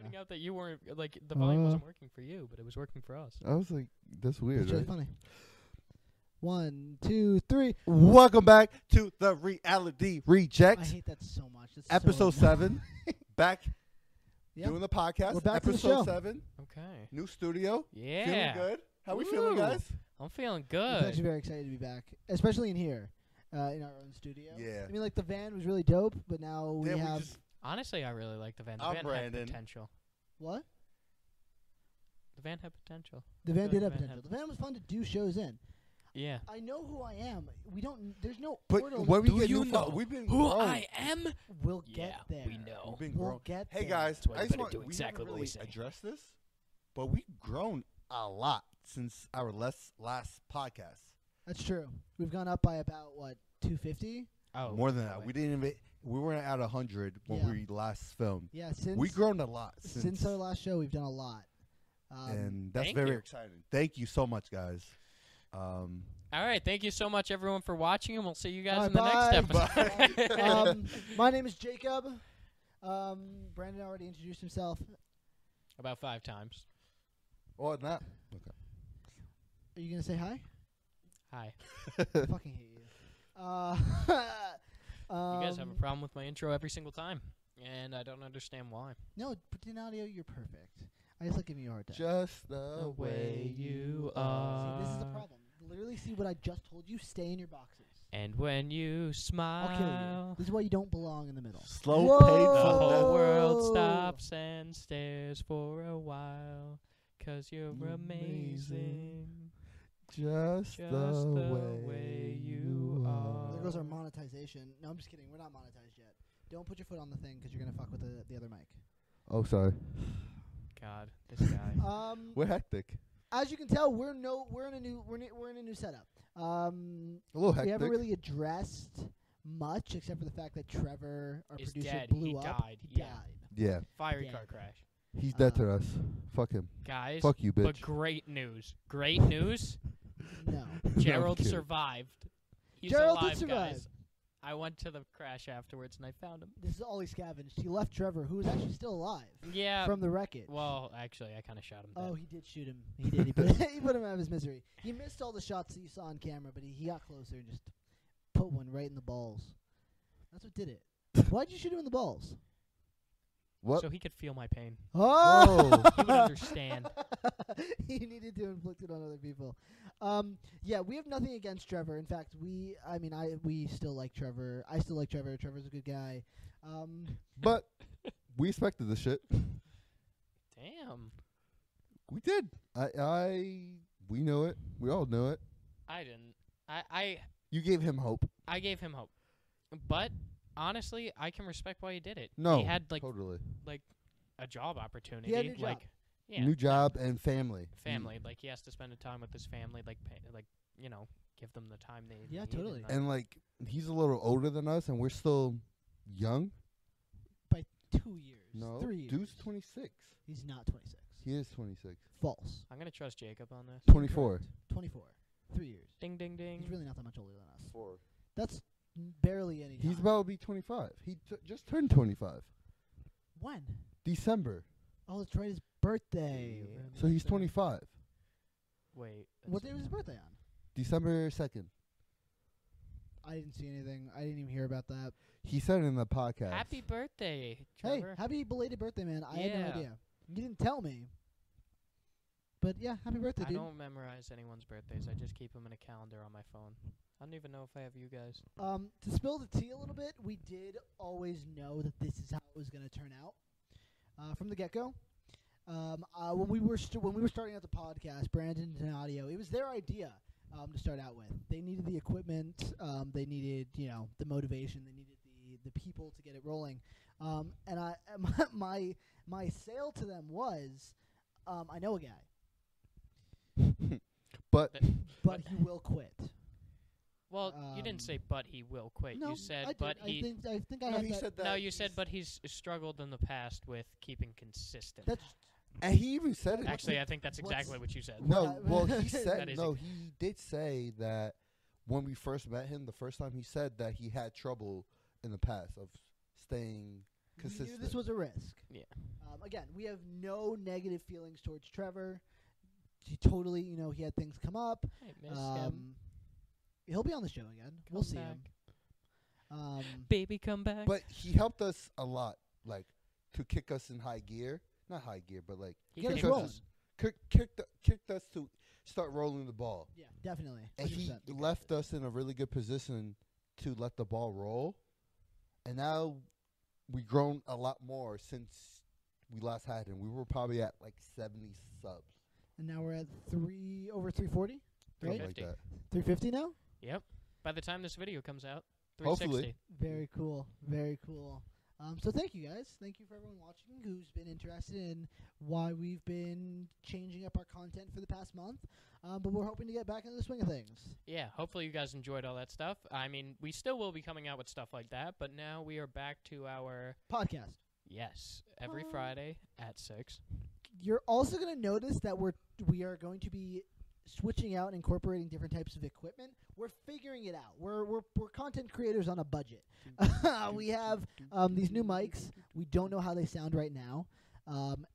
finding out that you weren't like the volume Uh. wasn't working for you, but it was working for us. I was like, that's weird, It's really right? funny. One, two, three. Welcome back to the Reality I Reject, hate that so much. It's so episode annoying. seven. Back Yep. doing the podcast. We're back to the episode show. seven. Okay. New studio. Feeling Yeah. good. How we feeling, Ooh. guys? I'm feeling I was actually good. very excited to be back, especially in here, uh, in our own studio. Yeah. I mean, like the van was really dope, but now we Damn, have just, Honestly, I really like the van. The I'm van Brandon. had potential. what? The van had potential. The van Good did have van potential. had- The van was fun to do shows in. Yeah. I know who I am. We don't. There's no order. but when we Do get you new fo- know we've been Who growing. I am? We'll Yeah, get there. we know. We've been We'll growing. get Hey there. guys, That's why I you just better want, do we exactly never what we really say. address this, but we've grown a lot since our last last podcast. That's true. We've gone up by about what 250. Oh, More than no that, way. we didn't even we weren't at hundred when Yeah. we last filmed. Yeah, since We've grown a lot since, our last show, we've done a lot. Um, and that's Thank very you. exciting. Thank you so much, guys. Um, All right. Thank you so much, everyone, for watching, and we'll see you Bye, guys in the next bye. episode. um, my name is Jacob. Um, Brandon already introduced himself. About five times. well, not Are you gonna say hi? Hi. I fucking hate you. Uh, um, you guys have a problem with my intro every single time, and I don't understand why. No, but in audio, you're perfect. I just like giving you a hard time. just the, The way you see, this is the are. problem. Literally, see what I just told you. Stay in your boxes. And when you I'll kill you. smile, This is why you don't belong in the middle. Slow Whoa. the paid Oh. whole for world Oh. stops and stares for a while. Cause you're You're amazing. amazing. Just, Just the, the way, way you you are. There goes our monetization. No, I'm just kidding. We're not monetized yet. Don't put your foot on the thing because you're gonna fuck with the, the other mic. Oh, sorry. God, this guy. Um, We're hectic. as you can tell, we're no, we're in a new, we're, ne- we're in a new setup. Um, A little hectic. we haven't really addressed much except for the fact that Trevor, our Is producer, dead. blew He up. died. He Yeah. died. yeah, Fiery Damn. car crash. he's dead to Uh, us. Fuck him. Guys, Fuck you, but bitch. great news. Great news. No. No, I'm Gerald kidding. survived. He's Gerald did alive, survive. guys. I went to the crash afterwards and I found him. This is all he scavenged. He left Trevor, who is actually still alive Yeah. from the wreckage. well, actually, I kind of shot him. Dead. Oh, he did shoot him. He did. He put, he put him out of his misery. He missed all the shots that you saw on camera, but he, he got closer and just put one right in the balls. That's what did it. Why'd you shoot him in the balls? What? So he could feel my pain. Oh! He would understand. he needed to inflict it on other people. Um, yeah, we have nothing against Trevor. In fact, we, I mean, I we still like Trevor. I still like Trevor. Trevor's a good guy. Um, but we expected this shit. Damn. We did. I, I, we knew it. We all knew it. I didn't. I, I You gave him hope. I gave him hope. But honestly, I can respect why he did it. No, He had like totally. like a job opportunity. new job. like yeah, New job and family. family. Like he has to spend the time with his family, like pay, like, you know, give them the time they Yeah, need totally. And, like, And like, he's a little older than us, and we're still young. two years. No, three years. dude's 26. He's not 26. He is 26. False. I'm gonna trust Jacob on this. 24. 24. Three years. Ding ding He's ding. really not that much older than us. Four. That's barely any. He's time. about to be 25. He t- just turned 25. when? December. Oh, it's right. His birthday. Yeah. So he's December. 25. Wait. that's What day was his birthday on? December 2nd. I didn't see anything. I didn't even hear about that. He said in the podcast. Happy birthday, Hey, Trevor. happy belated birthday, man. I had no Yeah. idea. You didn't tell me. But yeah, happy birthday, I dude. don't memorize anyone's birthdays. I just keep them in a calendar on my phone. I don't even know if I have you guys. Um, to spill the tea a little bit, we did always know that this is how it was going to turn out uh, from the get go. Um, uh, when we were st- when we were starting out the podcast, Brandon and Audio, it was their idea um, to start out with. They needed the equipment, um, they needed you know the motivation, they needed the the people to get it rolling. Um, and I my my, my sale to them was, um, I know a guy, but Th- but he will quit. well, you didn't say but he will quit. um, no, you said I did. but I he think I think I no, had he that. said that. No, you said but he's struggled in the past with keeping consistent. that's And he even said it. Actually, I think that's what's- exactly what you said. No, What? well, he That said is no. He did say that when we first met him, the first time he said that he had trouble in the past of staying we knew consistent. this was a risk. Yeah. Um, again, we have no negative feelings towards Trevor. He totally, you know, he had things come up. I miss him. Um, he'll be on the show again. we'll Come see back. him. Um, Baby, come back. but he helped us a lot, like to kick us in high gear. Not high gear, but like he get us came rolling. us. kick, kicked kicked us to start rolling the ball, Yeah, definitely. and he 100%. left us in a really good position to let the ball roll. And now we've grown a lot more since we last had him. We were probably at like seventy subs, and now we're at three over three forty, something right? like 350. that. Three fifty now. Yep. By the time this video comes out, Hopefully. 360. Very cool. Very cool. Um, so thank you guys. Thank you for everyone watching who's been interested in why we've been changing up our content for the past month. Um, but we're hoping to get back into the swing of things. Yeah, hopefully you guys enjoyed all that stuff. I mean, we still will be coming out with stuff like that, but now we are back to our Podcast. yes, every Oh. Friday at 6. You're also going to notice that we're we are going to be switching out and incorporating different types of equipment. We're figuring it out. We're we're, we're content creators on a budget. we have um, these new mics. We don't know how they sound right now. Um,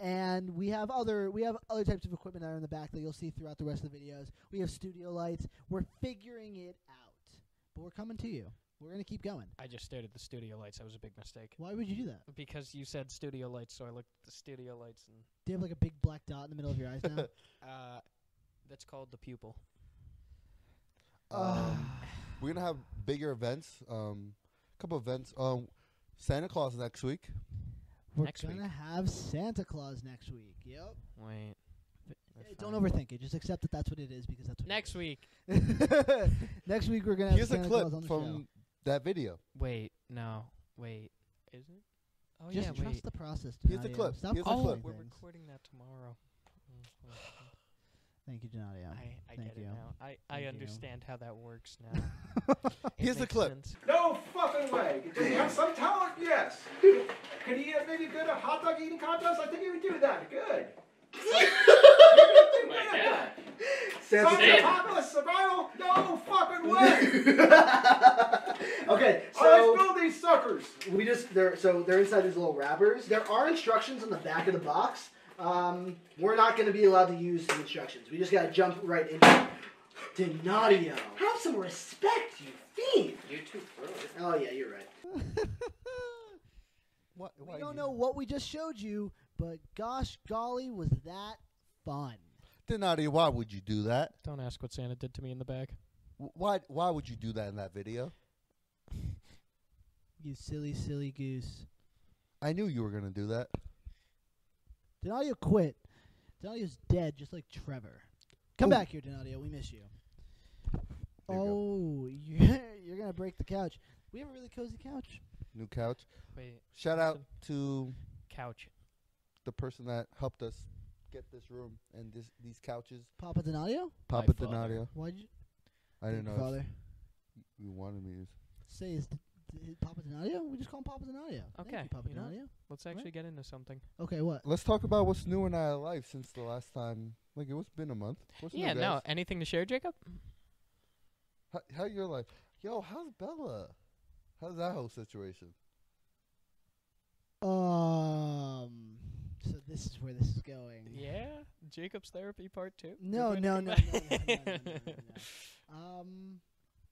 and we have other we have other types of equipment that are in the back that you'll see throughout the rest of the videos. We have studio lights. We're figuring it out. But we're coming to you. We're going to keep going. I just stared at the studio lights. That was a big mistake. Why would you do that? Because you said studio lights, so I looked at the studio lights and Do you have like a big black dot in the middle of your eyes now? Um, uh that's called the pupil. Ah. Um, we're gonna have bigger events. Um, a couple events. Um, Santa Claus next week. We're Next gonna week. have Santa Claus next week. Yep. Wait. Uh, Don't overthink it. Just accept that that's what it is because that's what Next week. week. next week we're gonna have Here's a Santa clip Claus on the from show. that video. Wait, no. Wait. Is it? Oh Just yeah, trust wait. the process. Here's the Donadio. clip. Stop Here's the oh, calling clip. we're things. recording that tomorrow. Mm, okay. Thank you, Donadio. I, I Thank get you. it now. I, Thank I you. understand how that works now. It Here's the makes clip. sense. No fucking way. Yeah. Sometimes, yes. Could he uh, maybe go to a hot dog eating contest? I think he would do that. Good. Simon Apocalypse Survival? No fucking way! okay, So, I so spill these suckers! we just they're so they're inside these little wrappers. There are instructions on the back of the box. Um, we're not going to be allowed to use the instructions. We just got to jump right into. Denadio, have some respect, you fiend. You too Oh yeah, you're right. What? we don't know what we just showed you, but gosh golly, was that fun? Denati, why would you do that? Don't ask what Santa did to me in the back. Wh- Why? Why would you do that in that video? You silly, silly goose. I knew you were gonna do that. Donadio quit. Donadio's dead, just like Trevor. Come Ooh. back here, Donadio. We miss you. There you go. oh, you're, you're gonna break the couch. We have a really cozy couch. New couch. Wait, Shout out to couch. the person that helped us get this room and this these couches. Papa Donadio? Papa father. Donadio. Why'd you? I didn't know if Father, you wanted me. to- say is, is Papa Donadio? We just call him Papa Donadio. Thank you, Okay, Papa you know- Donadio. Let's actually get into something. Okay, what? Let's talk about what's new in our life since the last time. Like it's been a month. What's yeah, new, no. guys? Anything to share, Jacob? How, how your life? Yo, how's Bella? How's that whole situation? Um. So this is where this is going. Yeah, Jacob's therapy part two. Good way No, to no, come no, no, back. no, no, no, no, no, no.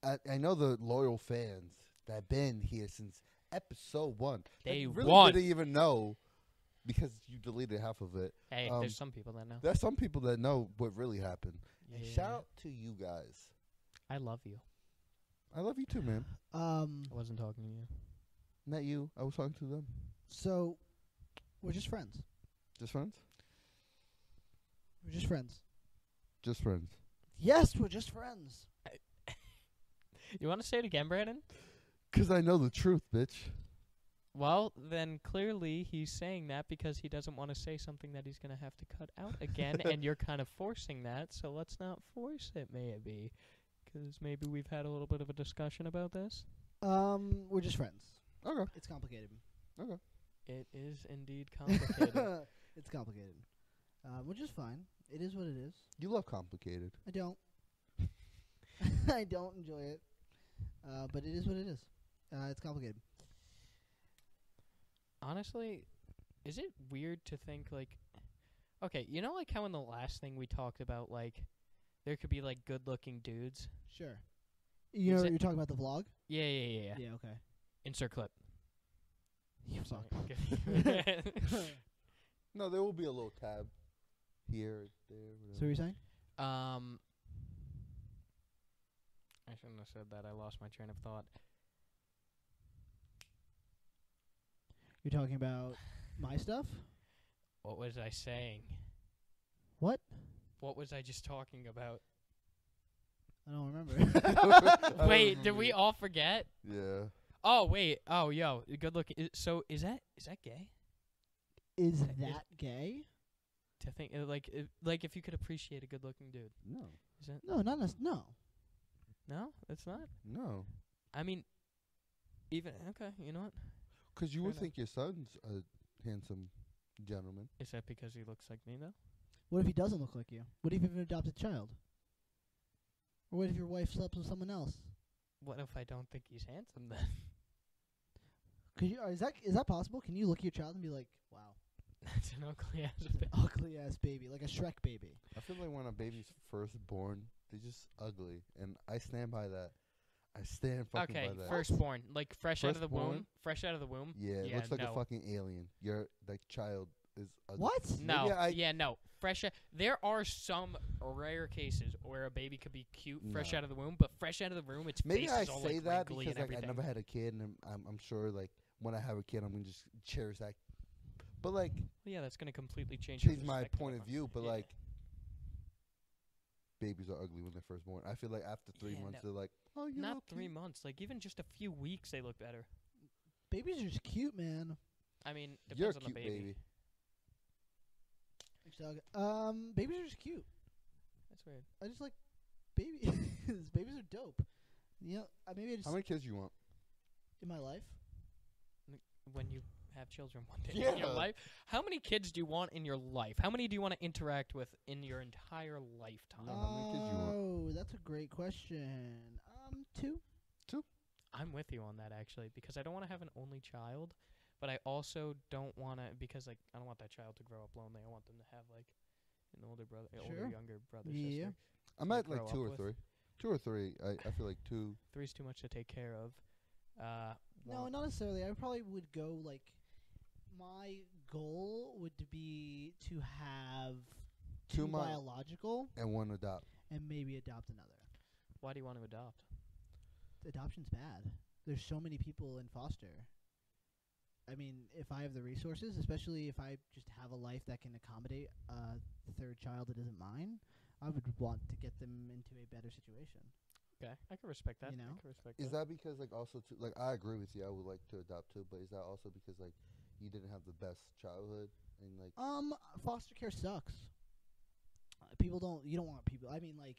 Um. I, I know the loyal fans that have been here since episode one. that Day really one. didn't even know because you deleted half of it. Hey, Um, there's some people that know. There's some people that know what really happened. And Yeah. shout out to you guys. I love you. I love you too, man. Um. I wasn't talking to you. Not you. I was talking to them. So, we're just friends. Just friends. We're just friends. Just friends. Yes, we're just friends. You want to say it again, Brandon? Cause I know the truth, bitch. Well, then clearly he's saying that because he doesn't want to say something that he's going to have to cut out again, and you're kind of forcing that, so let's not force it, maybe. 'Cause maybe we've had a little bit of a discussion about this. Um. We're just friends. Okay. It's complicated. Okay. It is indeed complicated. it's complicated. Um, which is fine. It is what it is. You love complicated. I don't. I don't enjoy it. Uh, but it is what it is. Uh, it's complicated. honestly, is it weird to think like, okay, you know, like how in the last thing we talked about, like, there could be like good-looking dudes. Sure. You Is know, it- you're talking about the vlog. Yeah, yeah, yeah. yeah. okay. Insert clip. I'm sorry. Okay. No, there will be a little tab here, so there. what Whatever. you're saying? um, I shouldn't have said that. I lost my train of thought. You're talking about my stuff? What was I saying? What? What was I just talking about? I don't remember. I Wait, don't did we remember. all forget? Yeah. Oh wait. Oh yo, good looking. i- So is that is that gay? Is Is- that gay? To think uh, like uh, like if you could appreciate a good looking dude, No. is that No, not us. No. no? It's not. No. I mean, even okay. You know what? Because you Fair would enough. think your son's a handsome gentleman. Is that because he looks like me though? What if he doesn't look like you? What if you have an adopted child? Or what if your wife slept with someone else? What if I don't think he's handsome then? Could you, uh, is that is that possible? Can you look at your child and be like, "Wow, That's an ugly ass. bit. ugly ass baby, like a Shrek baby"? I feel like when a baby's first born, they're just ugly. And I stand by that. I stand fucking Okay, by that. firstborn, like fresh out of the Firstborn? womb, fresh out of the womb. yeah, it yeah, looks like no. a fucking alien. Your that child is ugly. What? No, Maybe I- yeah, no. Fresh. Out, there are some rare cases where a baby could be cute, fresh No. out of the womb, but fresh out of the womb, its Maybe face I is all say like that wrinkly because and like, I everything. never had a kid, and I'm, I'm I'm sure like when I have a kid, I'm gonna just cherish that. But like, yeah, that's gonna completely change. your change my perspective point of on- view. But yeah. like, babies are ugly when they're first born. I feel like after three Yeah, months, no. they're like, oh, you not look three cute." months, like even just a few weeks, they look better. Babies are just cute, man. I mean, depends You're a on cute the baby. baby. Actually, I'll- Um, babies are just cute. That's weird. I just like babies. babies are dope. You know, uh, maybe I just How many kids you want? in my life. When you have children one day in Yeah. your life, how many kids do you want in your life? How many do you want to interact with in your entire lifetime? No, how many kids you want? Oh, that's a great question. Um, two. I'm with you on that actually because I don't want to have an only child, but I also don't want to because like I don't want that child to grow up lonely. I want them to have like an older brother, an Sure. older younger brother, Yeah, yeah. sister. I'm they at grow like up two or with? three. Two or three. I, I feel like two. Three's too much to take care of. Uh, No, want- not necessarily. I probably would go like my goal would be to have Two two, mon- biological and one adopt. and maybe adopt another. why do you want to adopt? Adoption's bad. There's so many people in foster. I mean, if I have the resources, especially if I just have a life that can accommodate a third child that isn't mine, I would want to get them into a better situation. Okay, I can respect that. You know? I can respect Is that because like also too, like I agree with you. I would like to adopt too, but is that also because like you didn't have the best childhood and like Um, foster care sucks. Uh, People don't. You don't want people. I mean, like,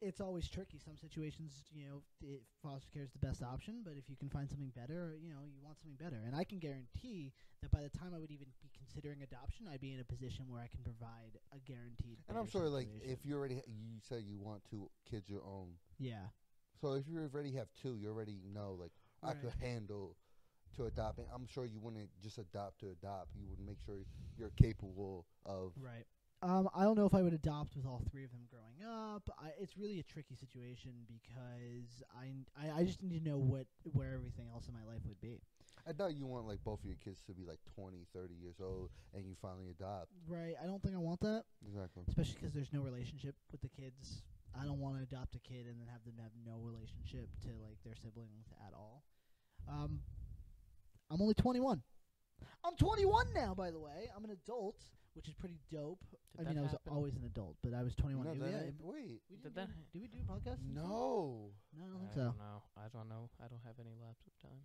it's always tricky. Some situations, you know, it, foster care is the best option. But if you can find something better, you know, you want something better. And I can guarantee that by the time I would even be considering adoption, I'd be in a position where I can provide a guaranteed. And I'm better sure like situation. if you already ha- you said you want two kids your own, yeah, so if you already have two, you already know like I Right. could handle to adopt. And I'm sure you wouldn't just adopt to adopt. You would make sure you're capable of. right. Um, I don't know if I would adopt with all three of them growing up. I, it's really a tricky situation because I, n- I- I just need to know what where everything else in my life would be. I doubt you want like both of your kids to be like 20, 30 years old, and you finally adopt. Right. I don't think I want that, Exactly. especially 'cause there's no relationship with the kids. I don't want to adopt a kid and then have them have no relationship to like their siblings at all. Um, I'm only 21. I'm 21 now, by the way. I'm an adult, which is pretty dope. Did I mean, that I was happen? always an adult, but I was 21. No, Yeah, that yeah, ain't- wait, we Did didn't do- that- Did we do a podcast? since then? no. No, I don't think I so. don't know. I don't know. I don't have any lapse of time.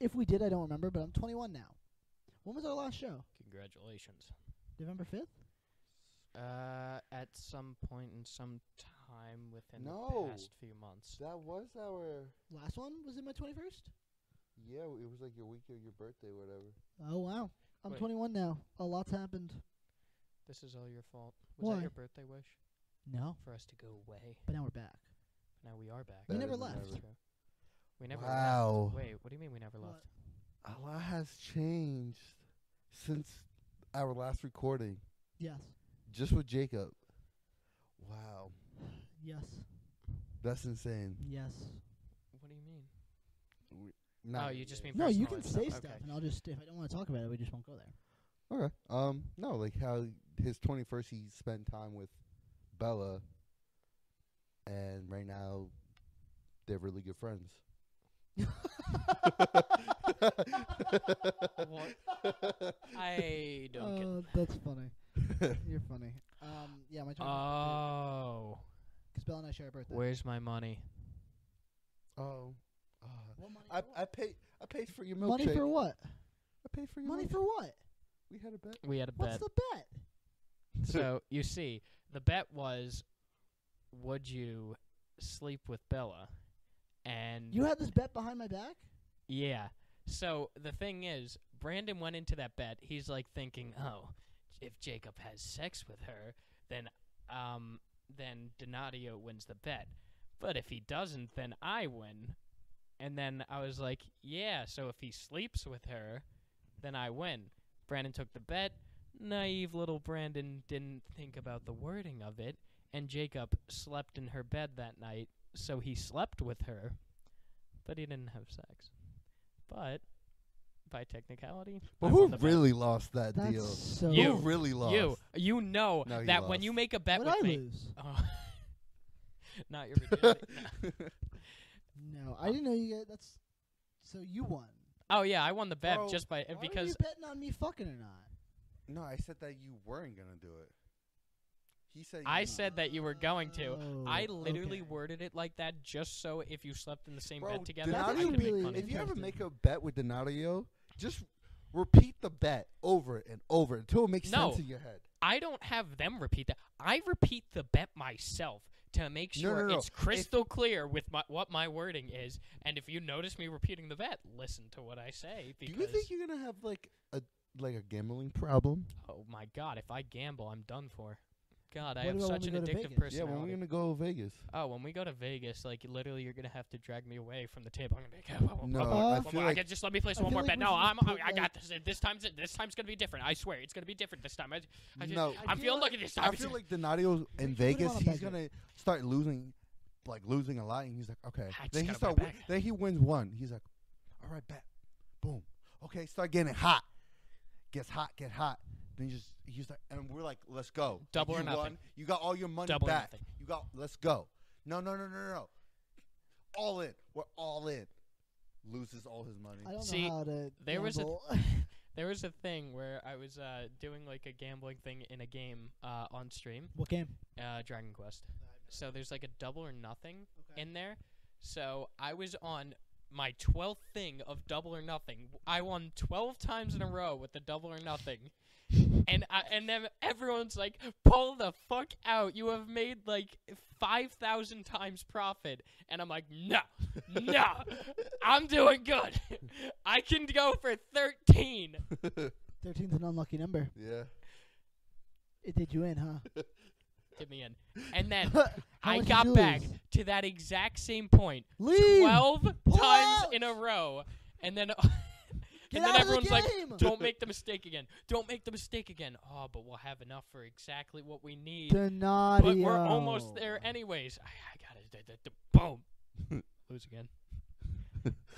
If we did, I don't remember, but I'm 21 now. When was our last show? Congratulations. November 5th? Uh, at some point in some time within No. the past few months. That was our. Last one was in my 21st? Yeah, it was like your week or your birthday, whatever. Oh, wow. I'm Wait. 21 now. A lot's happened. This is all your fault. Was Why? that your birthday wish No. for us to go away? But now we're back. Now we are back. That never is left. That's whatever. true. We never Wow. left. Wait, what do you mean we never What? left? A lot has changed since our last recording, Yes. just with Jacob. Wow, Yes. that's insane. Yes. What do you mean? Not oh, you just mean No, you personal and can say stuff. stuff, okay. and I'll just if I don't want to talk about it, we just won't go there. Okay. Um. No, like how his twenty first, he spent time with Bella, and right now, they're really good friends. What? I don't get. Uh, that's funny. You're funny. Um, yeah, my turn. Oh, Because Bella and I share a birthday. where's my money? oh. ah. What money I for I paid I paid for your milkshake. what? money for what? I paid for your Money milkshake. for what? we had a bet. We had a What's bet. the bet? so you see, the bet was, would you sleep with Bella? And You had this bet behind my back. Yeah. So the thing is, Brandon went into that bet. He's like thinking, "Oh, if Jacob has sex with her, then um then Donatio wins the bet. But if he doesn't, then I win." And then I was like, "Yeah, so if he sleeps with her, then I win." Brandon took the bet. Naive little Brandon didn't think about the wording of it, and Jacob slept in her bed that night, so he slept with her, but he didn't have sex. But by technicality, But I who won the bet. really lost that That's deal? so. You. Who really lost? you you know No, he that when lost. you make a bet What with I me, lose? oh, not your virginity. no. No, I didn't know you. Guys, that's so you won. Oh yeah, I won the bet Bro, just by Why were because you betting on me fucking or not? no, I said that you weren't gonna do it. He said. I you- said that you were going to. I Oh, literally okay. worded it like that just so if you slept in the same Bro, bed together, That's I Donato could actually make really money. If you ever Interesting. make a bet with Donario, just repeat the bet over and over until it makes No. sense in your head. I don't have them repeat that. I repeat the bet myself to make No, sure no, no. it's If- crystal clear with my, what my wording is. And if you notice me repeating the bet, listen to what I say. Because Do you think you're gonna have like a like a gambling problem? Oh my god, if I gamble, I'm done for. God, I What have about when such we an go to addictive Vegas? Yeah, personality. when we're gonna go to Vegas. oh, when we go to Vegas, like literally, you're gonna have to drag me away from the table. I'm gonna be like, oh, No, one more, I one feel more. like- I can just let me place I one feel more like bet. we No, should I'm, just I, put, I like- got this. This time's it. This time's gonna be different. I swear, it's gonna be different this time. I, I just, No. I'm feel feeling like- lucky this time. I It's- feel like Donario in put him Vegas, on a he's budget. gonna start losing, like losing a lot, and he's like, okay. I just Then he gotta win start. it Win, back. then he wins one. He's like, all right, bet, boom. Okay, start getting hot. Gets hot, get hot. Then he just he's like, and we're like, let's go. Like, Double or you nothing. won, you got all your money Double or back. nothing. You got. Let's go. No, no, no, no, no, no. All in. We're all in. Loses all his money. I don't See, know how to. there was a- gamble. there was a thing where I was uh, doing like a gambling thing in a game uh, on stream, what game? uh, Dragon Quest. So there's like a double or nothing in there. So I was on my 12th thing of double or nothing. I won 12 times in a row with the double or nothing. and I, and then everyone's like, "Pull the fuck out. You have made like 5,000 times profit." And I'm like, "No. No. I'm doing good. I can go for 13." Thirteen's an unlucky number. yeah. It did you in, huh? Get me in. And then How I much did got you back lose? to that exact same point Leave. 12 Pull times out! in a row. And then Get and then out of the everyone's like, game! don't make the mistake again. Don't make the mistake again. Oh, but we'll have enough for exactly what we need. Donadio. But we're almost there anyways. I, I got it. D- d- d- boom. Lose again.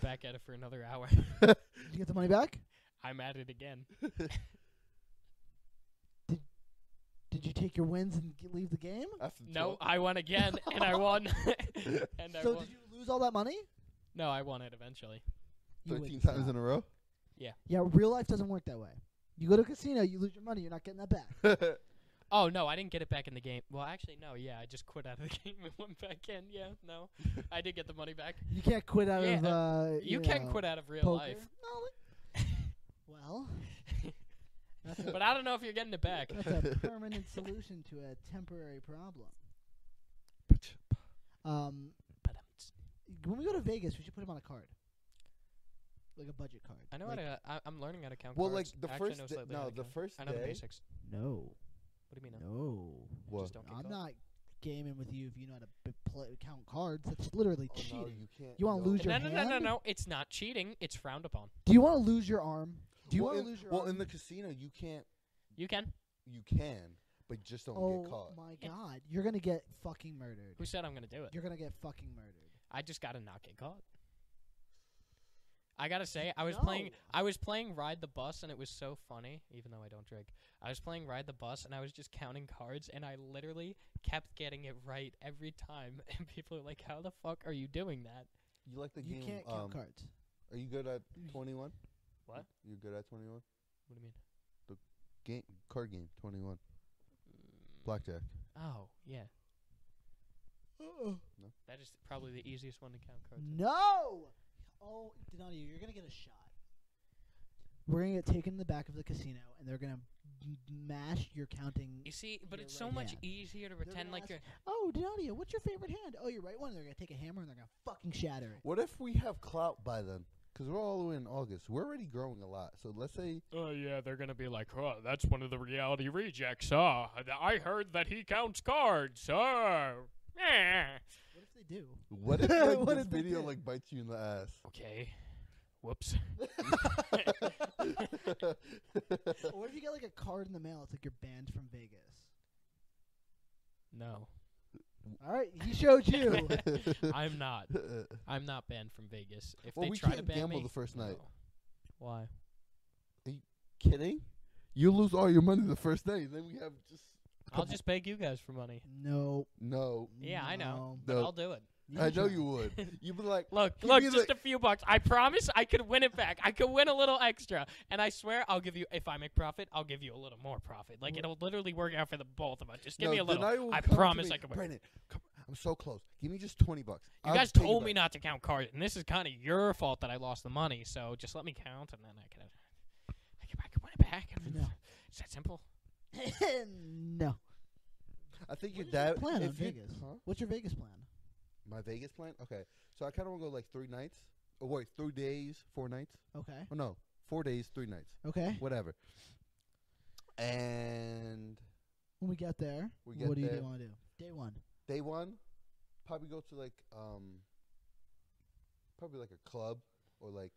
Back at it for another hour. Did you get the money back? I'm at it again. Did you take your wins and g- leave the game? After No, 12 I won again, and I won. and I so won. did you lose all that money? No, I won it eventually. You 13 wouldn't times stop. in a row. Yeah, real life doesn't work that way. You go to a casino, you lose your money, you're not getting that back. Oh no, I didn't get it back in the game. Well, actually, no. Yeah, I just quit out of the game and went back in. Yeah, no, I did get the money back. You can't quit out Yeah, of. Uh, You know, can quit out of real poker. life, No, well, that's a, but I don't know if you're getting it back. that's a permanent solution to a temporary problem. Oh, Um, But um, it's- when we go to Vegas, we should put him on a card, like a budget card. I know like, how to. I, I'm learning how to count. Well, like cards. the I actually first know day, slightly how no, to the count. first I know the day. basics. No, What do you mean? No? no. I What? Just don't get I'm caught. not gaming with you if you know how to b- play, count cards. That's literally Oh, cheating. no, you can't. You wanna no. lose Is No, your no, no, no, hand? no. It's not cheating. It's frowned upon. Do you want to lose your arm? Do you well, want in- to lose your Well, arm? in the casino, you can't. You can. You can, but just don't oh get caught. my Yeah. god, you're gonna get fucking murdered. Who said I'm gonna do it? You're gonna get fucking murdered. I just gotta not get caught. I gotta say, I was No. playing. I was playing Ride the Bus, and it was so funny. Even though I don't drink, I was playing Ride the Bus, and I was just counting cards, and I literally kept getting it right every time. And people are like, "How the fuck are you doing that?" You like the You game? can't um, count cards. Are you good at twenty one? What? You good at twenty one? What do you mean? Game card game twenty one. Blackjack. Oh yeah, No. that is probably the easiest one to count cards. in. No. Oh, Denadio, you're gonna get a shot. We're gonna get taken to the back of the casino, and they're gonna m- mash your counting. You see, but Your it's so right much hand. easier to pretend gonna like ask- you're. Oh, Denadio, what's your favorite hand? Oh, your right one. They're gonna take a hammer and they're gonna fucking shatter it. What if we have clout by then? Because we're all the way in August. We're already growing a lot. So let's say Oh yeah, they're gonna be like, "Oh, that's one of the reality rejects." Ah, I heard that he counts cards. Ah, What if they do? what if like, What this if they video did? like bites you in the okay. Whoops. ass? or what if you get like a card in the mail? It's like you're banned from Vegas. No, All right, he showed you. I'm not. I'm not banned from Vegas. If Well, they we try to can't ban gamble me, the first night. no. Why? Kidding? You lose all your money the first day. Then we have just. a I'll couple- just beg you guys for money. no. No. Yeah, I know. no. But No. I'll do it. I can know try. you would. You'd be like, Look, Give look, me the- just a few bucks. I promise I could win it back. I could win a little extra. And I swear I'll give you if I make profit, I'll give you a little more profit. Like it'll literally work out for the both of us. Just give no, me a little. Denaya will I come to promise me, I can win. Brandon, come, I'm so close. Give me just 20 bucks. You I'll guys pay told back." me not to count cards, and this is kind of your fault that I lost the money. So just let me count, and then I can, I can, I can win it back. No. It's that simple. no. I think your What is dad. plan on if you- Vegas? Huh? What's your Vegas plan? My Vegas plan? Okay. So I kind of want to go like three nights. Oh, wait, three days, four nights? Okay. Oh, no. Four days, three nights. Eh. Okay. Whatever. And When we get there, We get what do there. you want to do? Day one. day one, probably go to like, um, probably like a club or like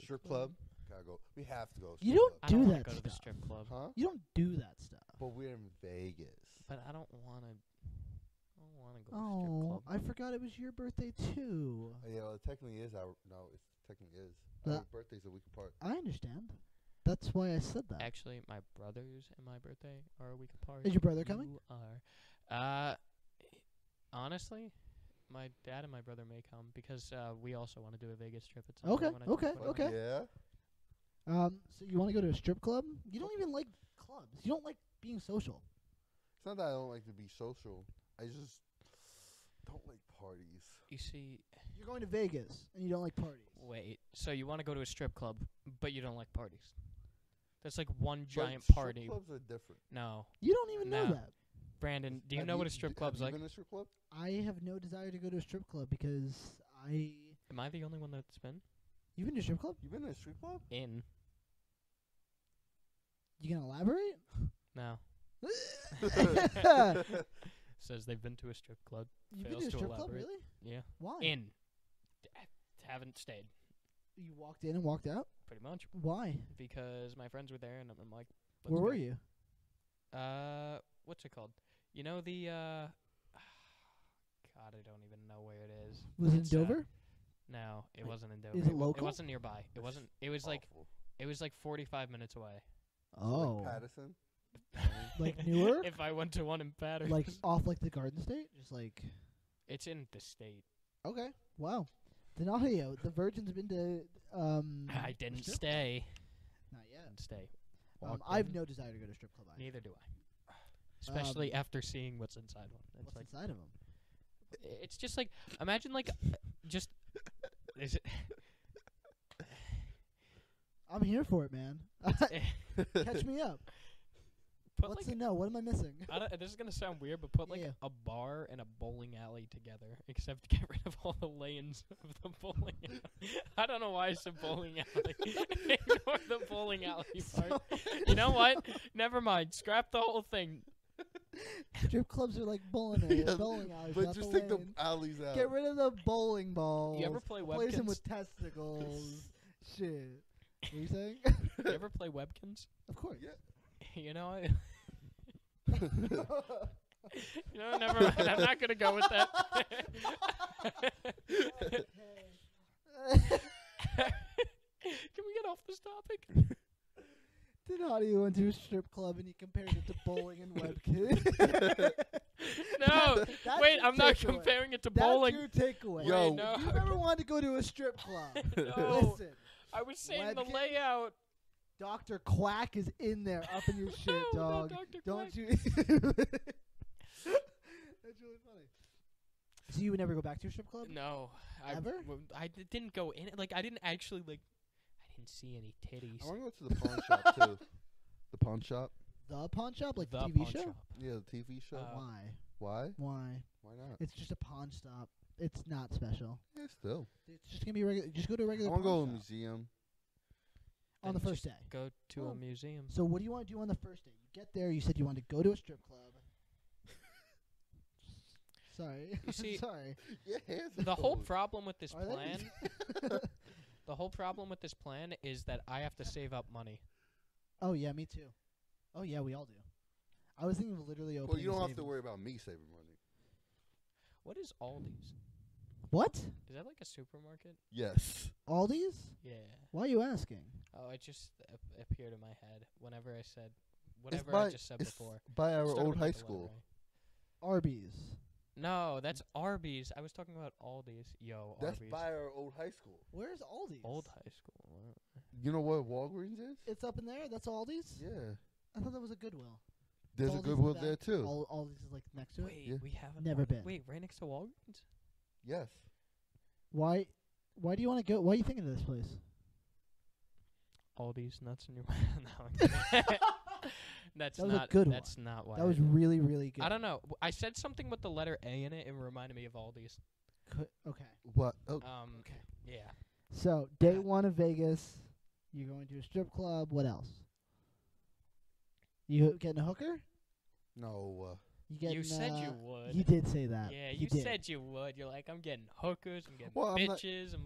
strip club. Gotta go. We have to go. You don't strip club. I do don't wanna that go to the stuff. strip club, Huh? You don't do that stuff. But we're in Vegas. but I don't want to. I don't want to go to strip club. Oh, I forgot it was your birthday too. Oh, yeah, well, it technically is our. No, it technically is. Uh, Our birthday's a week apart. I understand. That's why I said that. Actually, my brothers and my birthday are a week apart. Is your brother coming? You are. Uh, honestly, my dad and my brother may come because uh, we also want to do a Vegas trip at some Okay, point. when I turn okay, 21. okay. Yeah. Um, so you want to go to a strip club? You don't even like clubs. You don't like being social. It's not that I don't like to be social. I just don't like parties. You see, You're going to Vegas and you don't like parties. Wait, so you want to go to a strip club, but you don't like parties? That's like one But giant strip party. clubs are different. No, You don't even know No. that. Brandon, do you Have know what a d- strip have club's you like? Been to a strip club? I have no desire to go to a strip club because I. Am I the only one that's been You've been to a strip club? You been to a strip club? in? You gonna elaborate? No, You've says they've been to a strip club. been Fails to a to strip club, elaborate. really? Yeah, Why? in. D- haven't stayed You walked in and walked out. pretty much Why? because my friends were there, and I'm- I'm like, let's Where go. were you? Uh, what's it called? You know the uh, God, I don't even know where it is. Was it in It's, uh, Dover? No, it Wait, wasn't in Dover. it wa- local? It wasn't nearby. It wasn't. It was like Awful. It was like 45 minutes away. So, oh, Like Patterson. Like Newark? if I went to one in Patterson. like off like the Garden State, just like it's in the state. okay, wow. Denario, the Virgin's been to um. I didn't strip- stay. Not yet. Didn't stay. Um, Walked I've in. no desire to go to strip club. Either. Neither do I. Especially after seeing what's inside one. It's Um, What's like inside of them? it's just like imagine like just is it, I'm here for it, man. Catch me up. put What's like the no? What am I missing? I don't, this is gonna sound weird, but put like Yeah. a bar and a bowling alley together, except get rid of all the lanes of the bowling. alley. I don't know why I said bowling alley. Ignore the bowling alley part. You know what? Never mind. Scrap the whole thing. Strip clubs are like bowling alleys. Yeah, bowling alleys. But not just the take the lane. alleys out. Get rid of the bowling balls. uh, You ever play Place them Webkins? with testicles. Shit. What are you saying? you ever play Webkins? of course. Yeah. You know, I- you know, never mind. I'm not gonna go with that. Can we get off this topic? Did audio went to a strip club and he compared it to bowling and webkins. No. That's Oh, Wait, your I'm not takeaway. comparing it to That's bowling. your takeaway. Yo. Wait, no. Oh. If you ever wanted to go to a strip club, No. listen, I was saying Webkins? the layout. Dr. Quack is in there up in your shit, No, dog. Dr. Don't Quack. you? That's really funny. So you would never go back to a strip club? No, I, Ever? w- I d- didn't go in. it. Like I didn't actually like. I didn't see any titties. I want to go to the pawn shop too. The pawn shop? The pawn shop, like the, The TV pawn show. shop. Yeah, the TV show. Uh, Why? Why? Why? Why not? It's just a pawn shop. It's not special. Yeah, still. It's just gonna be regular. Just go to a I regular. want to pawn go to a shop museum. on the Then first day. Go to Oh. a museum. So what do you want to do on the first day? You get there. You said you wanted to go to a strip club. Sorry. You see, Sorry. Yeah, hands The whole exposed. problem with this Are they- plan, the whole problem with this plan is that I have to save up money. Oh yeah, me too. Oh yeah, we all do. I was thinking of literally opening. Well, you a don't have to savings- worry about me saving money. What is Aldi's? What? Is that like a supermarket? Yes. All these? Yeah. Why are you asking? Oh, it just ap- appeared in my head whenever I said whatever I by- just said it's before. By our Started old with high the letter school. A. Arby's. No, that's Arby's. I was talking about Aldi's. Yo, That's Arby's. by our old high school. Where's Aldi's? old high school. wow. You know what Walgreens is? It's up in there. That's Aldi's. Yeah. I thought that was a Goodwill. There's Aldi's a in Goodwill the there back. too. All Aldi's is like next to it. Wait, Yeah. we haven't Never gone- been. Wait, right next to Walgreens. yes. Why? Why do you want to go? Why are you thinking of this place? Aldi's nuts in your mouth. No, I'm kidding. that's That was a not. good one. that's not why. That was really, really good. I don't know. W- I said something with the letter A in it. It reminded me of Aldi's. Could- okay. What? Oh, Um, Okay. yeah. So day one of Vegas, you're going to a strip club. What else? You getting a hooker? no. Uh, You getting? You said you uh, would. You did say that. Yeah, you, you, did. said you would. You're like, I'm getting hookers. I'm getting Well, I'm not- bitches. I'm,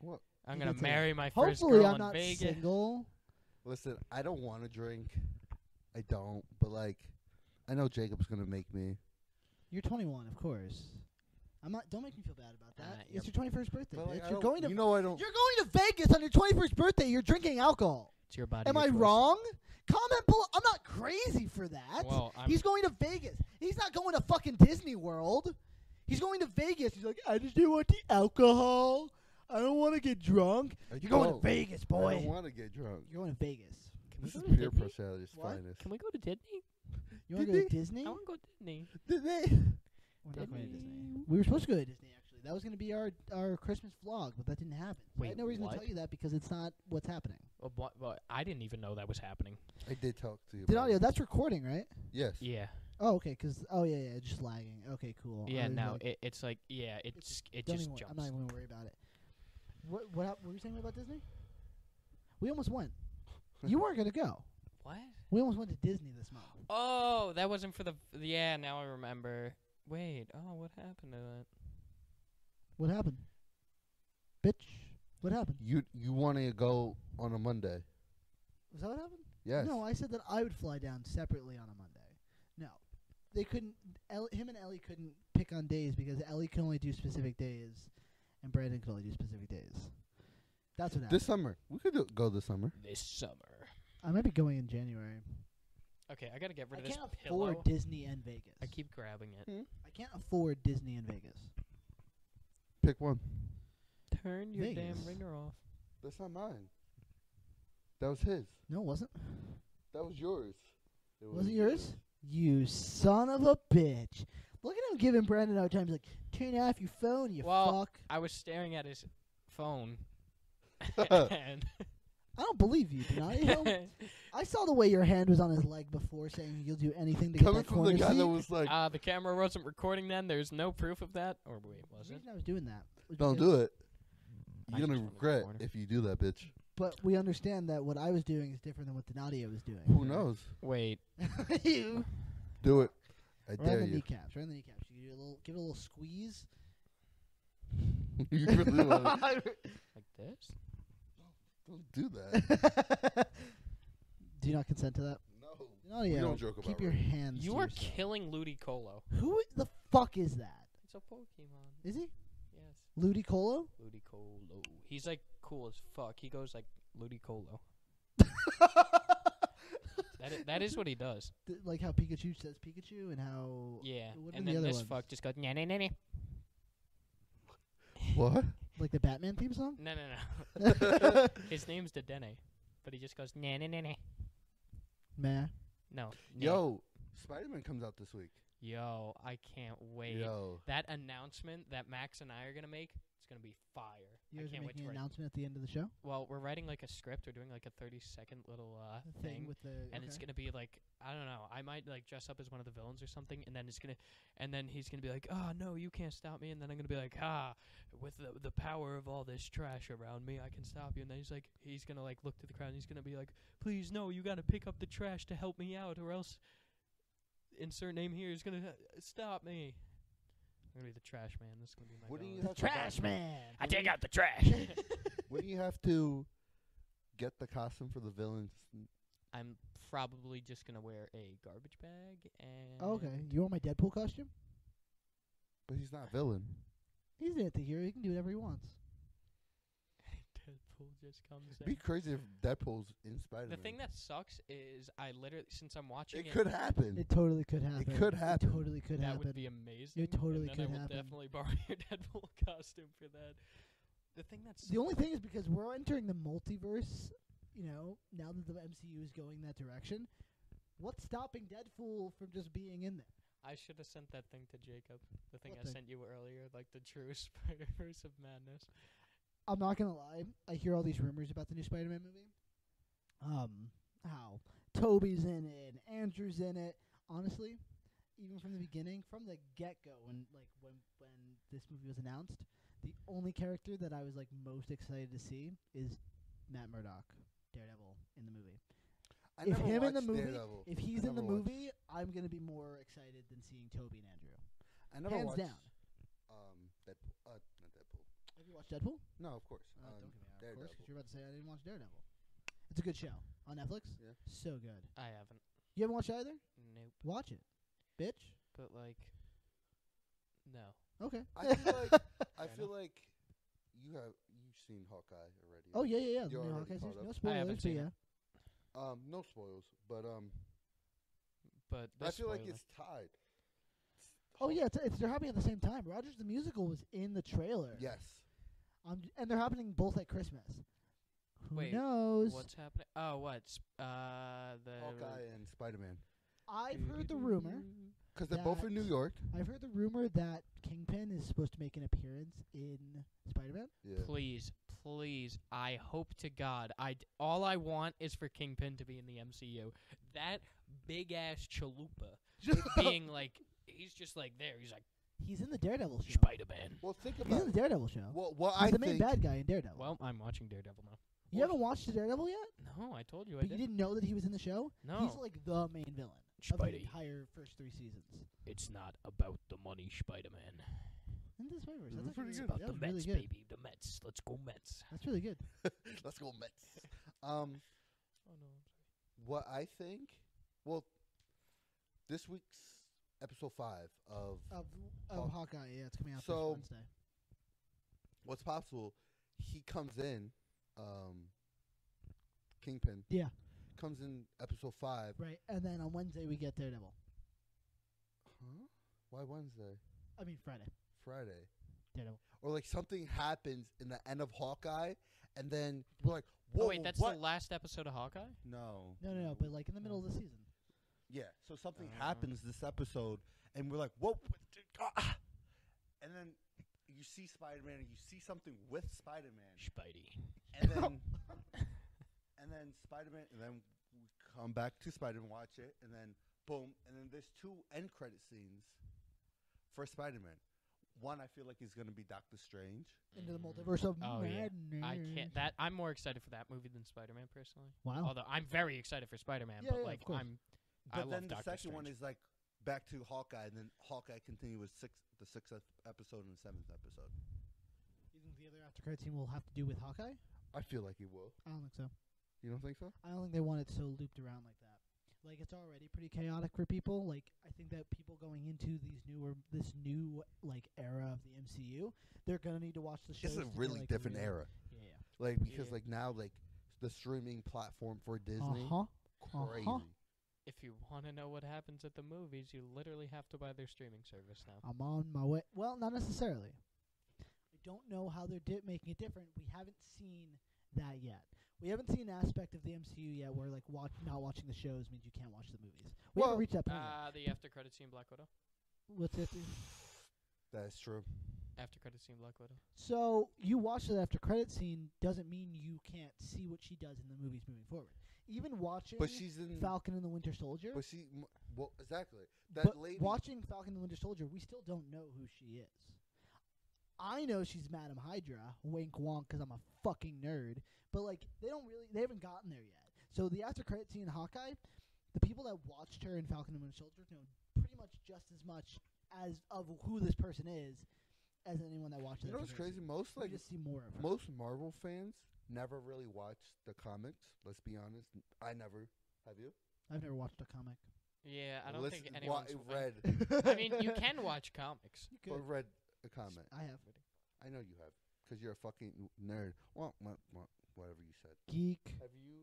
What? I'm You gonna did say that. marry my first Hopefully, girl I'm in not Vegas. single. listen, I don't want to drink. I don't. But like, I know Jacob's gonna make me. You're 21, of course. I'm not. Don't make me feel bad about Uh, that. you're- it's your 21st birthday, But, like, bitch. I You're don't- going to. You know I don't. You're going to Vegas on your 21st birthday. You're drinking alcohol. It's your body. Am your I choice. wrong? Comment below. I'm not crazy for that. Well, I'm, He's going to Vegas. He's not going to fucking Disney World. He's going to Vegas. He's like, I just don't want the alcohol. I don't want to get drunk. I You're going don't. to Vegas, Oh. I don't boy. want to get drunk. You're going to Vegas. can, we This go is to peer Disney? pressure at its What? finest. can we go to Disney? You want to Did go to they- Disney? I want to go to Disney. Did they? We're not going to Disney. Disney. We were supposed to go to Disney actually. That was going to be our our Christmas vlog, but that didn't happen. I Wait, had no reason what? to tell you that because it's not what's happening. Oh, wha- well, I didn't even know that was happening. I did talk to you. Did about audio? it. That's recording, right? Yes. Yeah, Oh, okay. Because oh yeah, yeah, it's just lagging. Okay, cool. I yeah. was No, like, it, it's like yeah. It's it don't just even wor- jumps. I'm not even going to worry about it. What what hap- were you saying about Disney? We almost went. you weren't going to go. what? We almost went to Disney this month. Oh, that wasn't for the. Yeah, now I remember. Wait. Oh, what happened to that? What happened? Bitch. What happened? You you wanted to go on a Monday? Was that what happened? Yes. No, I said that I would fly down separately on a Monday. No, they couldn't. El- him and Ellie couldn't pick on days because Ellie could only do specific days, and Brandon could only do specific days. That's what happened. this summer we could do, go this summer. This summer. I might be going in January. Okay, I gotta get I rid of this can't afford pillow. Disney and Vegas. I keep grabbing it. I can't afford Disney and Vegas. Pick one. Turn your Vegas. damn ringer off. That's not mine. That was his. No, it wasn't. That was yours. Was it yours? You son of a bitch! Look at him giving Brandon our time. He's like, turn off your phone, you Well, fuck. I was staring at his phone. and I don't believe you, Donato. I saw the way your hand was on his leg before saying you'll do anything to Coming get that from the corner guy seat. that was like, uh, the camera wasn't recording then. There's no proof of that. Or wait, the was it? reason I was doing that. was "Don't because- do it. I You're gonna just wanted to regret warn her. if you do that, bitch." But we understand that what I was doing is different than what Donadio was doing. Who knows? Wait. you. Do it. I Right on dare the you. kneecaps. Right on the kneecaps. You do a little, give it a little squeeze. you really wanna- Like this? don't do that. do you not consent to that? No. Naughty We don't Al, joke about Keep your rape. hands. You to are yourself. killing Ludicolo. Who i- the fuck is that? It's a Pokemon. Is he Yes, Ludicolo? Ludicolo. He's like cool as fuck. He goes like Ludicolo. That is, that is what he does. Th- like how Pikachu says Pikachu and how Yeah. What are and the then other this ones? fuck just goes nah nah nah nah. What? like the Batman theme song. No no no. His name's Dedenne, but he just goes nah nah nah nah. Meh. No. nah. Yo, Spider Man comes out this week. Yo, I can't wait. Oh. Yo. That announcement that Max and I are gonna make, it's gonna be fire. You I guys are can't wait making to an write. announcement at the end of the show. Well, we're writing like a script. We're doing like a thirty second little uh, The thing. thing with the and it's okay. gonna be like I don't know. I might like dress up as one of the villains or something, and then it's gonna, and then he's gonna be like, "Oh no, you can't stop me!" And then I'm gonna be like, "Ah, with the the power of all this trash around me, I can stop you." And then he's like, he's gonna like look to the crowd, and he's gonna be like, "Please no, you gotta pick up the trash to help me out, or else insert name here is gonna uh, stop me." I'm gonna be the trash man. This is gonna be my. Wouldn't villain. you have to buy- man. I take out the trash. Wouldn't you have to get the costume for the villains? I'm probably just gonna wear a garbage bag and. Oh, okay, you want my Deadpool costume? But he's not a villain. He's an anti-hero. He can do whatever he wants. Deadpool just comes. It'd in. be crazy if Deadpool's in Spider Man. The thing that sucks is I literally since I'm watching it, it could happen. It totally could happen. could happen. It totally could that happen. would be amazing. and totally then could I would happen. definitely borrow your Deadpool costume for that. The thing that's The only thing is because we're entering the multiverse, you know, now that the MCU is going that direction, what's stopping Deadpool from just being in there? I should have sent that thing to Jacob. The thing What I thing? sent you earlier, like the true Spider Verse of madness. I'm not gonna lie, I hear all these rumors about the new Spider-Man movie. Um, how Toby's in it, and Andrew's in it. Honestly, even from the beginning, from the get-go, when like when when this movie was announced, the only character that I was like most excited to see is Matt Murdock, Daredevil, in the movie. I if never him in the watched movie, Daredevil. if he's I in the never watched- movie, I'm gonna be more excited than seeing Toby and Andrew. I never hands watched, down. Um, Deadpool. Uh, not Deadpool. Have you watched Deadpool? No, of course. Uh, um, don't get me out, of Daredevil. course, 'cause you're about to say I didn't watch Daredevil. It's a good show on Netflix. Yeah. So good. I haven't. You haven't watched it either? Nope. Watch it, bitch. But like, no. Okay. I feel like I Fair feel like you have you've seen Hawkeye already. oh yeah, yeah, yeah. The You're new already Hawkeye caught series. No up. I spoilers, haven't but seen it. yeah. Um, no spoilers, but um, But I this feel like spoiler- it's tied. Oh yeah, it's, it's they're happening at the same time. Rogers the Musical was in the trailer. Yes. Um, and they're happening both at Christmas. Who Wait, knows? what's happening. Oh, what's uh the Hawkeye and Spider Man, I've heard the rumor. because they're both in New That- York. I've heard the rumor that Kingpin is supposed to make an appearance in Spider-Man. Yeah. Please, please, I hope to God, I d- all I want is for Kingpin to be in the MCU. That big ass chalupa with being like, he's just like there. He's like He's in the Daredevil show. Spider Man. Well, think He's about in the it. Daredevil show. well, what He's I the main think. bad guy in Daredevil. Well, I'm watching Daredevil now. you haven't watched the Daredevil yet, No, I told you I but you did. didn't know that he was in the show. No, He's like the main villain of the Spidey. entire first three seasons. It's not about the money, Spider Man. Into the Spider-Verse. That's That's pretty actually good. About really- that the Mets, was really good. baby. The Mets. Let's go Mets. That's really good. Let's go Mets. Um, Oh no, I'm what I think. Well, this week's episode five of Oh. Of, of Hawk- Hawkeye, yeah, it's coming out Uh, oh. So- this Wednesday. what's possible, he comes in, um, Kingpin. Yeah. Comes in episode five. Right, and then on Wednesday we get Daredevil. Huh? Why Wednesday? I mean Friday, Friday. Daredevil. Or like something happens in the end of Hawkeye, and then we're like, sorry. "Whoa, Oh wait, that's what? the last episode of Hawkeye. no, No, no, no, but like in the middle of the season. yeah." So something Uh. happens this episode, and we're like, "Whoa!" what the- ah!" And then you see Spider-Man, and you see something with Spider-Man, Spidey. and then and then Spider-Man, and then we come back to Spider-Man, watch it, and then boom, and then there's two end credit scenes for Spider-Man. One I feel like is going to be Doctor Strange. Into the multiverse of Oh, yeah. madness. I can't. That I'm more excited for that movie than Spider Man personally. Wow. Oh. Although I'm very excited for Spider Man, Yeah, but yeah, of like course. I'm, I But love then the Doctor second one Strange. is like back to Hawkeye, and then Hawkeye continued with six, the sixth ep- episode and the seventh episode. You think the other after credit scene will have to do with Hawkeye? I feel like he will. I don't think so. You don't think so? I don't think they want it so looped around like that. Like it's already pretty chaotic for people. Like I think that people going into these newer, this new like era of the MCU, they're gonna need to watch the show. It's a really different era, Yeah. like because Yeah. like now like the streaming platform for Disney, Uh huh. crazy. If you want to know what happens at the movies, you literally have to buy their streaming service now. Oh, I'm on my way. Well, not necessarily. I don't know how they're di- making it different. We haven't seen that yet. We haven't seen an aspect of the MCU yet where like watch not watching the shows means you can't watch the movies. We Well, haven't reached that point. yet. Uh, the after credit scene Black Widow. What's it? do? That's true. After credit scene Black Widow. So you watch the after credit scene doesn't mean you can't see what she does in the movies moving forward. Even watching But she's in. Falcon and the Winter Soldier, But she. m- Well, exactly. That but lady. watching Falcon and the Winter Soldier, we still don't know who she is. I know she's Madam Hydra, wink wonk, because I'm a fucking nerd. But like, they don't really, they haven't gotten there yet. So the after credit scene in Hawkeye, the people that watched her in Falcon and Winter Soldier know pretty much just as much as of who this person is as anyone that watched. you the know after what's credit crazy? scene. Most We like just see more of her. most Marvel fans never really watched the comics. Let's be honest. I never. Have you? I've never watched a comic. Yeah, I don't Listen- think wa- anyone's. I- read. I mean, you can watch comics. Or read a comment. I have I know you have, because you're a fucking nerd. Wah, wah, wah, whatever you said. geek. Have you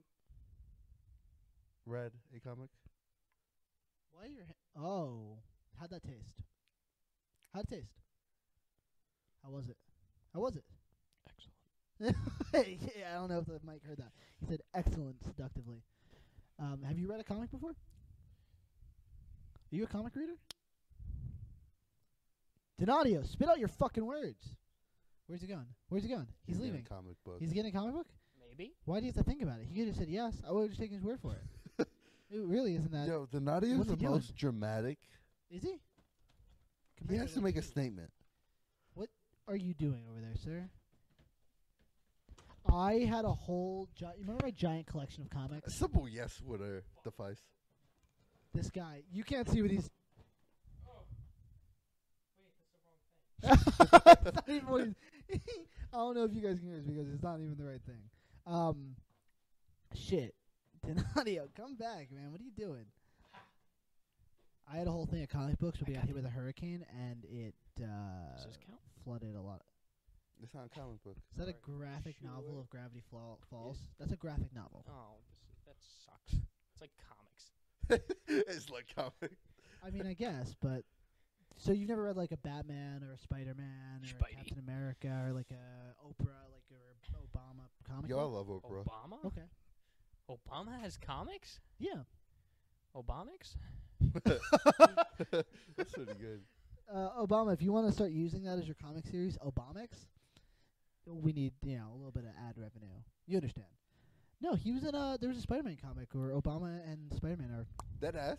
read a comic? Why your ha- oh? How'd that taste? How'd it taste? How was it? How was it? Excellent. yeah, I don't know if the mic heard that. He said excellent seductively. Um, have you read a comic before? Are you a comic reader? Donadio, spit out your fucking words. Where's he going? Where's he going? He's getting leaving. A comic book. He's getting a comic book. Maybe. Why do you have to think about it? He could have said yes. I would have just taken his word for it. it really isn't that. Yo, the Nadia is what's the he doing? most dramatic. Is he? He Compared has to what make you a statement. are you doing over there, sir? I had a whole gi- you remember my giant collection of A comics. simple yes would uh, suffice. This guy, you can't see what he's. It's not even what he's- I don't know if you guys can hear this because it's not even the right thing. Um, shit, Donadio, come back, man. What are you doing? I had a whole thing of comic books, but we got hit with a hurricane, and it uh, Does this count? flooded a lot. It's not a comic book. Is that a Alright, graphic sure. novel of Gravity Fall- Falls? That's a graphic novel. Oh, this- that sucks. It's like comics. it's like comic. I mean, I guess, but so you've never read like a Batman or a Spider Man or a Spidey. Captain America or like a Oprah, like or Obama comic? Yo, I book? love Oprah. Obama. Okay. Obama has comics. Yeah. Obamics. That's pretty good. Uh, Obama, if you want to start using that as your comic series, Obamics, we need you know a little bit of ad revenue. You understand? No, he was in a there was a Spider Man comic where Obama and Spider Man are That ass?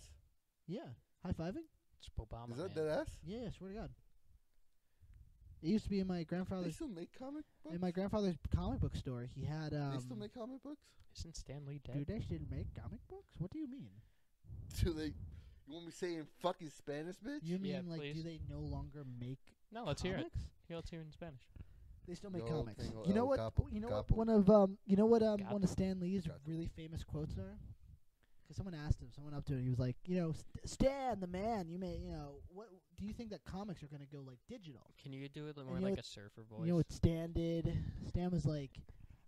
yeah high fiving. It's Obama. Is that man. that ass? Yeah, I swear to God. It used to be in my They grandfather's still make comic books? in my grandfather's comic book store. He had um. they still make comic books? Isn't Stan Lee do dead? they still make comic books? What do you mean? Do they? You want me saying fucking Spanish, bitch? You mean Yeah, like do please. they no longer make No, let's hear comics? it. Yeah, Let's hear it in Spanish. They still make Yo comics. tengo You know el what? capo- you know capo. what? One of um. You know what? Um. One Capo. of Stan Lee's Capo. really famous quotes are. Because someone asked him, someone up to him, he was like, you know, "St- Stan, the man, you may, you know, what do you think that comics are going to go like digital? Can you do it more more you know like like a what- surfer voice? You know what Stan did? Stan was like,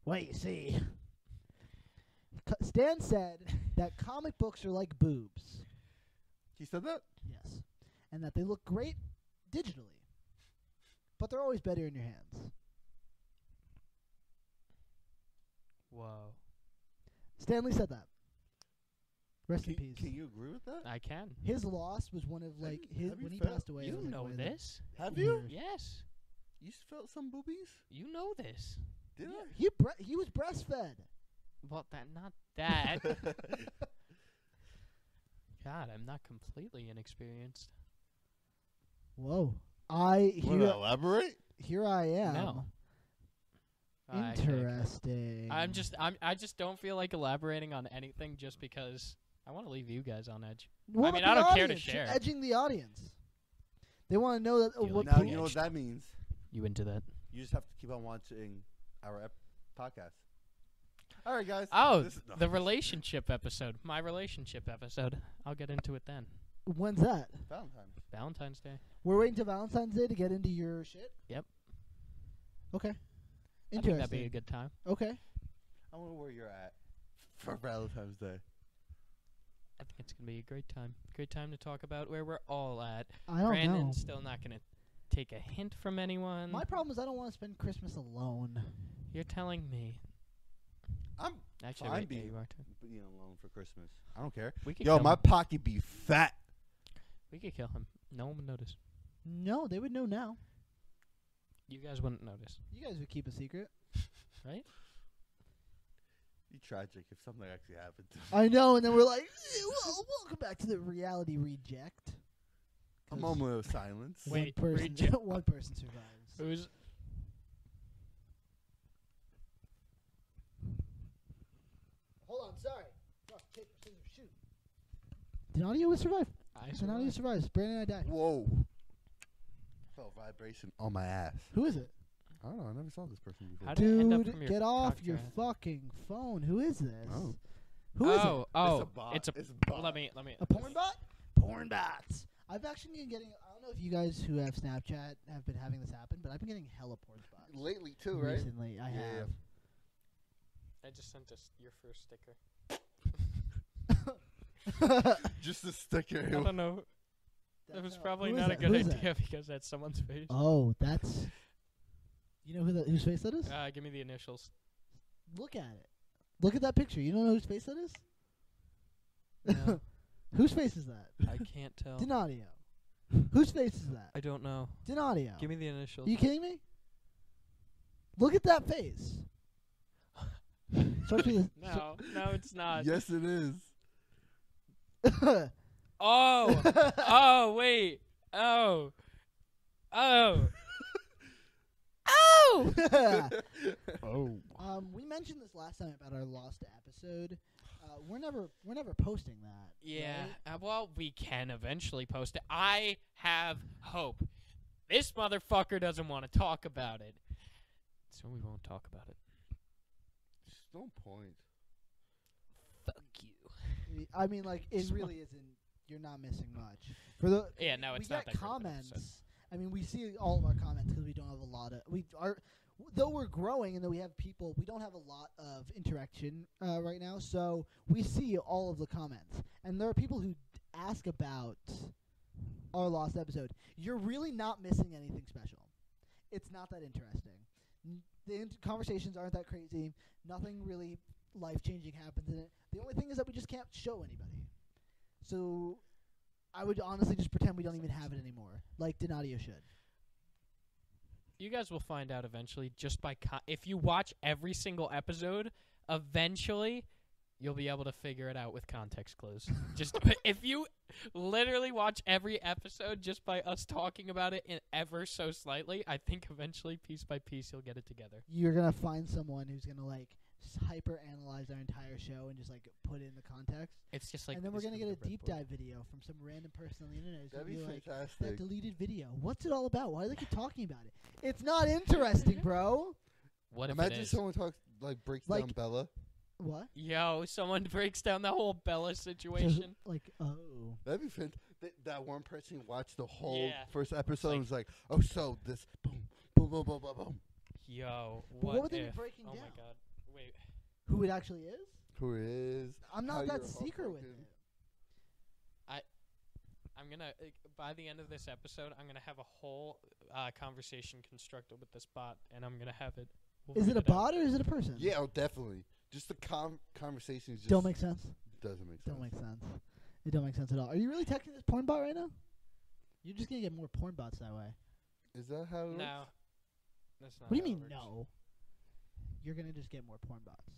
"Wait, you see." Co- Stan said that comic books are like boobs. He said that? Yes, and that they look great digitally, but they're always better in your hands. Whoa. Stanley said that. Rest Can, in peace. can you agree with that? I can. his loss was one of Have like you- his have you when he felt- passed away. it You was, like, know one of the- this. Have you? you? Yes. You felt some boobies? You know this. Did Yeah, He bre- he was breastfed. Well, that not I? that. God, I'm not completely inexperienced. Whoa. I Want to here, elaborate? here I am. No. I think. Interesting. I'm just I'm I just don't feel like elaborating on anything just because I I want to leave you guys on edge. What mean, about I the don't care to audience? You're share. Edging the audience. They want to know that uh, You what like Now the you know edge. what that means. You into that? You just have to keep on watching our ep- podcast. All right, guys. Oh, This is- no. the relationship episode. My relationship episode. I'll get into it then. When's that? Valentine's. Valentine's Day. We're waiting till Valentine's Day to get into your shit. Yep. Okay. I think that'd be a Interesting. good time. Okay. I wonder where you're at for Valentine's Day. I think it's gonna be a great time. Great time to talk about where we're all at. I don't Brandon's know. still not gonna take a hint from anyone. My problem is I don't want to spend Christmas alone. You're telling me. I'm Actually, Fine, wait, yeah, be- you are too. being alone for Christmas. I don't care. We could Yo, kill my him. pocket be fat. We could kill him. No one would notice. No, they would know now. You guys wouldn't notice, You guys would keep a secret. right? Be tragic if something actually happened. I know, and then we're like, "Eh, well, welcome back to the reality reject. A 'Cause moment of silence. One Wait, person, reject- one person survives. Who's Hold on, sorry. Rock, paper, scissors, shoot. Denadio would survive. I Denadio survived. survives. Brandon and I die. Whoa. Felt vibration on my ass. Who is it? I don't know. I never saw this person before. How did it end up Dude, from your get off cock your drive? fucking phone. Who is this? Oh. Who is oh, it? oh, bot. it's a. It's a well, bot. Let me, let me. A porn bot? Porn bots. I've actually been getting. I don't know if you guys who have Snapchat have been having this happen, but I've been getting hella porn bots Lately recently. I Yeah, yeah. have. I just sent us your first sticker. Just a sticker. I don't know. That That's was how- probably who is not a that? good Who is that? idea because that's someone's face. Oh, that's. You know who that whose face that is? Uh, give me the initials. Look at it. Look at that picture. You don't know whose face that is? No, whose face is that? I can't tell. Denadio. Whose face is that? I don't know. Denadio. Give me the initials. you kidding me? Look at that face. Starts with no, no, it's not. yes, it is. a- Oh, oh, wait. Oh, oh. Oh. Oh. um, we mentioned this last time about our lost episode. Uh, we're never we're never posting that. Yeah. right? Uh, well, we can eventually post it. I have hope. This motherfucker doesn't want to talk about it, so we won't talk about it. No point. Fuck you. We- I mean, like it Just really isn't. You're not missing much. For the Yeah, no, we it's not get that great of an episode. comments. I mean, we see all of our comments because we don't have a lot of we are. Though we're growing and though we have people, we don't have a lot of interaction uh, right now. So we see all of the comments, and there are people who ask about our lost episode. You're really not missing anything special. It's not that interesting. N- The in- conversations aren't that crazy. Nothing really life changing happens in it. The only thing is that we just can't show anybody. So I would honestly just pretend we don't even have it anymore, like Donadio should. You guys will find out eventually just by co- if you watch every single episode, eventually you'll be able to figure it out with context clues. just if you literally watch every episode just by us talking about it in ever so slightly, I think eventually piece by piece you'll get it together. You're gonna find someone who's gonna like hyper analyze our entire show and just like put it in the context, It's just like and then we're this gonna is get the a Red deep Bull. dive video from some random person on the internet. who's That'd gonna be be like, that fantastic. deleted video. What's it all about? Why do they keep talking about it? It's not interesting, bro. What if it Imagine is? someone talks like breaks Like- down Bella. What? Yo, someone breaks down the whole Bella Just situation. Like, oh, That'd be fantastic. that one person watched the whole Yeah. first episode like- and was like, "Oh, so this boom, boom, boom, boom, boom, boom." Yo, But what, what would they be if? breaking oh my down? god. Wait. who it actually is? Who is? I'm How not that you're secret with it. heartbroken. I'm gonna uh, by the end of this episode, I'm gonna have a whole uh, conversation constructed with this bot, and I'm gonna have it. we'll Is it read a out. bot or is it a person? Yeah, oh, definitely. Just the com- conversation is just Mm. Don't make sense. doesn't make sense. Don't make sense. It don't make sense at all. Are you really texting this porn bot right now? You're just gonna get more porn bots that way. Is that how? It No. works? That's not what do you how it mean works. no? You're gonna just get more porn bots.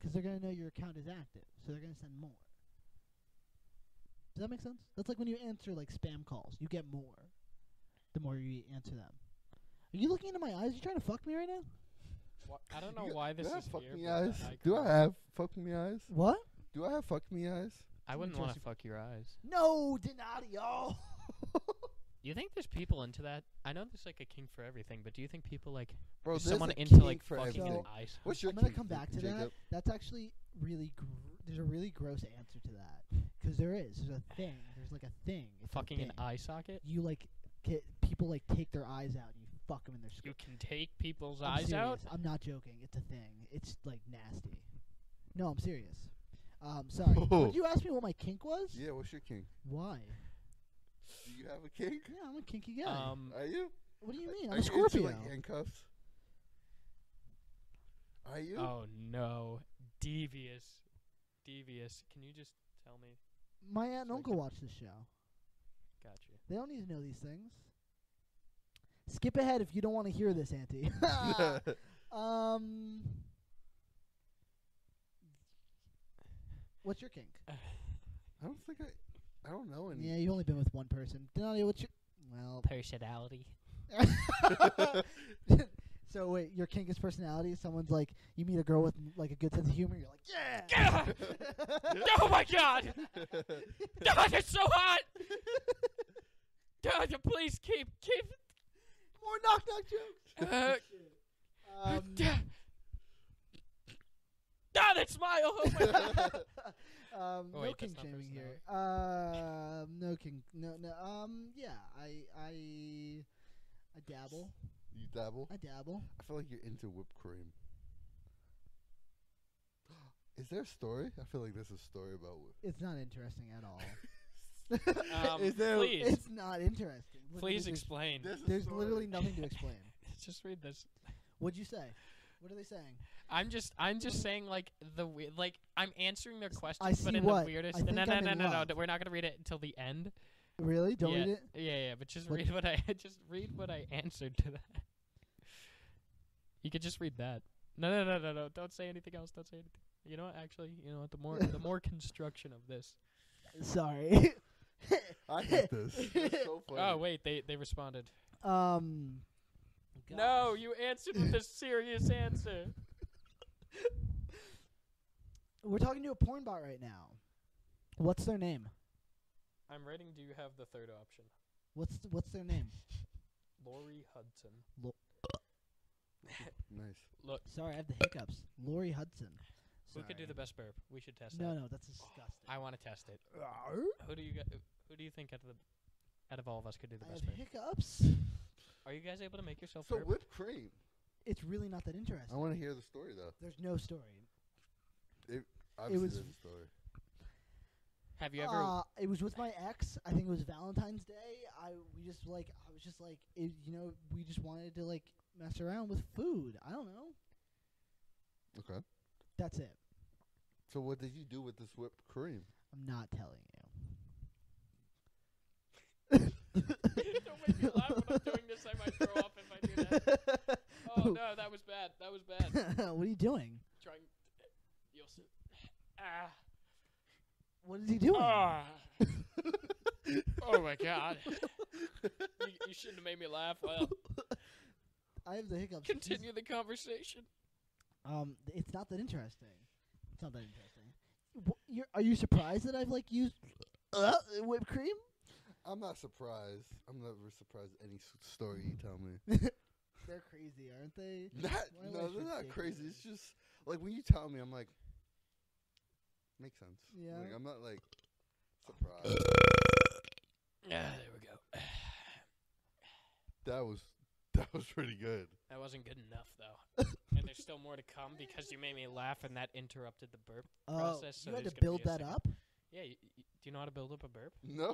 'Cause they're gonna know your account is active, so they're gonna send more. Does that make sense? That's like when you answer like spam calls. You get more, the more you answer them. Are you looking into my eyes? You trying to fuck me right now? Wha- I don't You know got- why this do I is have fuck here. me but the eyes? Do I icon- have fuck me eyes? What? Do I have fuck me eyes? I wouldn't want to Interesting. fuck your eyes. No, Denadio. You think there's people into that? I know there's like a king for everything, but do you think people like Bro, there's there's someone a into king like for fucking everything. your So- eyes? What's your I'm gonna king, come back to Jacob? that. That's actually really. Gr- there's a really gross answer to that because there is. There's a thing. There's like a thing. It's a Fucking an thing. eye socket? You like get people like take their eyes out and you fuck them in their You skin. can take people's I'm eyes out? serious. I'm not joking. It's a thing. It's like nasty. No, I'm serious. Um, sorry. Would you ask me what my kink was? Yeah, what's your king? Why? Do you have a king? Yeah, I'm a kinky guy. Um, Are you? what do you mean? Are I'm you a Scorpio. Into, like, handcuffs? Are you? oh no. Devious. Devious. Can you just tell me? my aunt and So I uncle can- watch this show. Gotcha. They don't need to know these things. Skip ahead if you don't want to hear this, Auntie. um, what's your kink? I don't think I. I don't know Yeah, any. you've only been with one person. Denadio, what's your? Well, Personality. so wait, your kink is personality. Someone's like, you meet a girl with like a good sense of humor. You're like, yeah. oh my god! God, it's so hot! God, please keep, keep. More knock knock jokes. Uh, Um, God, that smile! Oh my god! um, Oh, no wait, king that's not shaming here. Um, no king. No, no. Um, yeah, I, I, I dabble. you dabble? I dabble. I feel like you're into whipped cream. Is there a story? I feel like there's a story about whipped. It's not interesting at all. Um, Is there- please, it's not interesting. Literally, please there's- explain. There's, There's literally nothing to explain. Just read this. What'd you say? What are they saying? I'm just, I'm just saying, like the we- like I'm answering their questions, but see in what. the weirdest. I no, no, think no, I'm no, in no, no, love. no. We're not gonna read it until the end. Really? Don't yeah, read it. Yeah, yeah. But just What- read what I just read what I answered to that. You could just read that. No, no, no, no, no. Don't say anything else. Don't say anything. You know what? Actually, you know what? The more, the more construction of this. Sorry. I hate this. It's so funny. Oh wait, they they responded. um. No, you answered with a serious answer. We're talking to a porn bot right now. What's their name? I'm writing. Do you have the third option? What's th- what's their name? Lori Hudson. Nice. Look, Sorry, I have the hiccups. Lori Hudson. who could do Sorry. the best burp? We should test No, that. no, that's disgusting. I want to test it. I Who do you gu- who do you think out of the out of all of us could do the have best burp? hiccups. Are you guys able to make yourself So burp? whipped cream. It's really not that interesting. I Oh. want to hear the story though. There's no story. Obviously was- there's a story. Have you ever? Uh, it was with my ex. I think it was Valentine's Day. I we just like I was just like it, you know we just wanted to like mess around with food. I don't know. Okay. That's it. So what did you do with this whipped cream? I'm not telling you. Don't make me laugh when I'm doing this. I might throw up if I do that. Oh no, that was bad. That was bad. what are you doing? Trying. You'll see. Ah. What is he doing? Ah. oh my god. You, you shouldn't have made me laugh. Well, I have the hiccups. He's- continue the conversation. Um, th- it's not that interesting. It's not that interesting. Wh- You're, are you surprised that I've like used uh, whipped cream? I'm not surprised. I'm never surprised at any s- story you tell me. They're crazy, aren't they? Not, My no, life's they're not crazy. ridiculous. It's just like when you tell me, I'm like, makes sense. Yeah. Like, I'm not like surprised. Yeah, Ah, there we go. that was that was pretty good. That wasn't good enough though. and there's still more to come because you made me laugh and that interrupted the burp. Oh, Process, so you had there's gonna be to build a that second. up. Yeah, you, you, do you know how to build up a burp? No,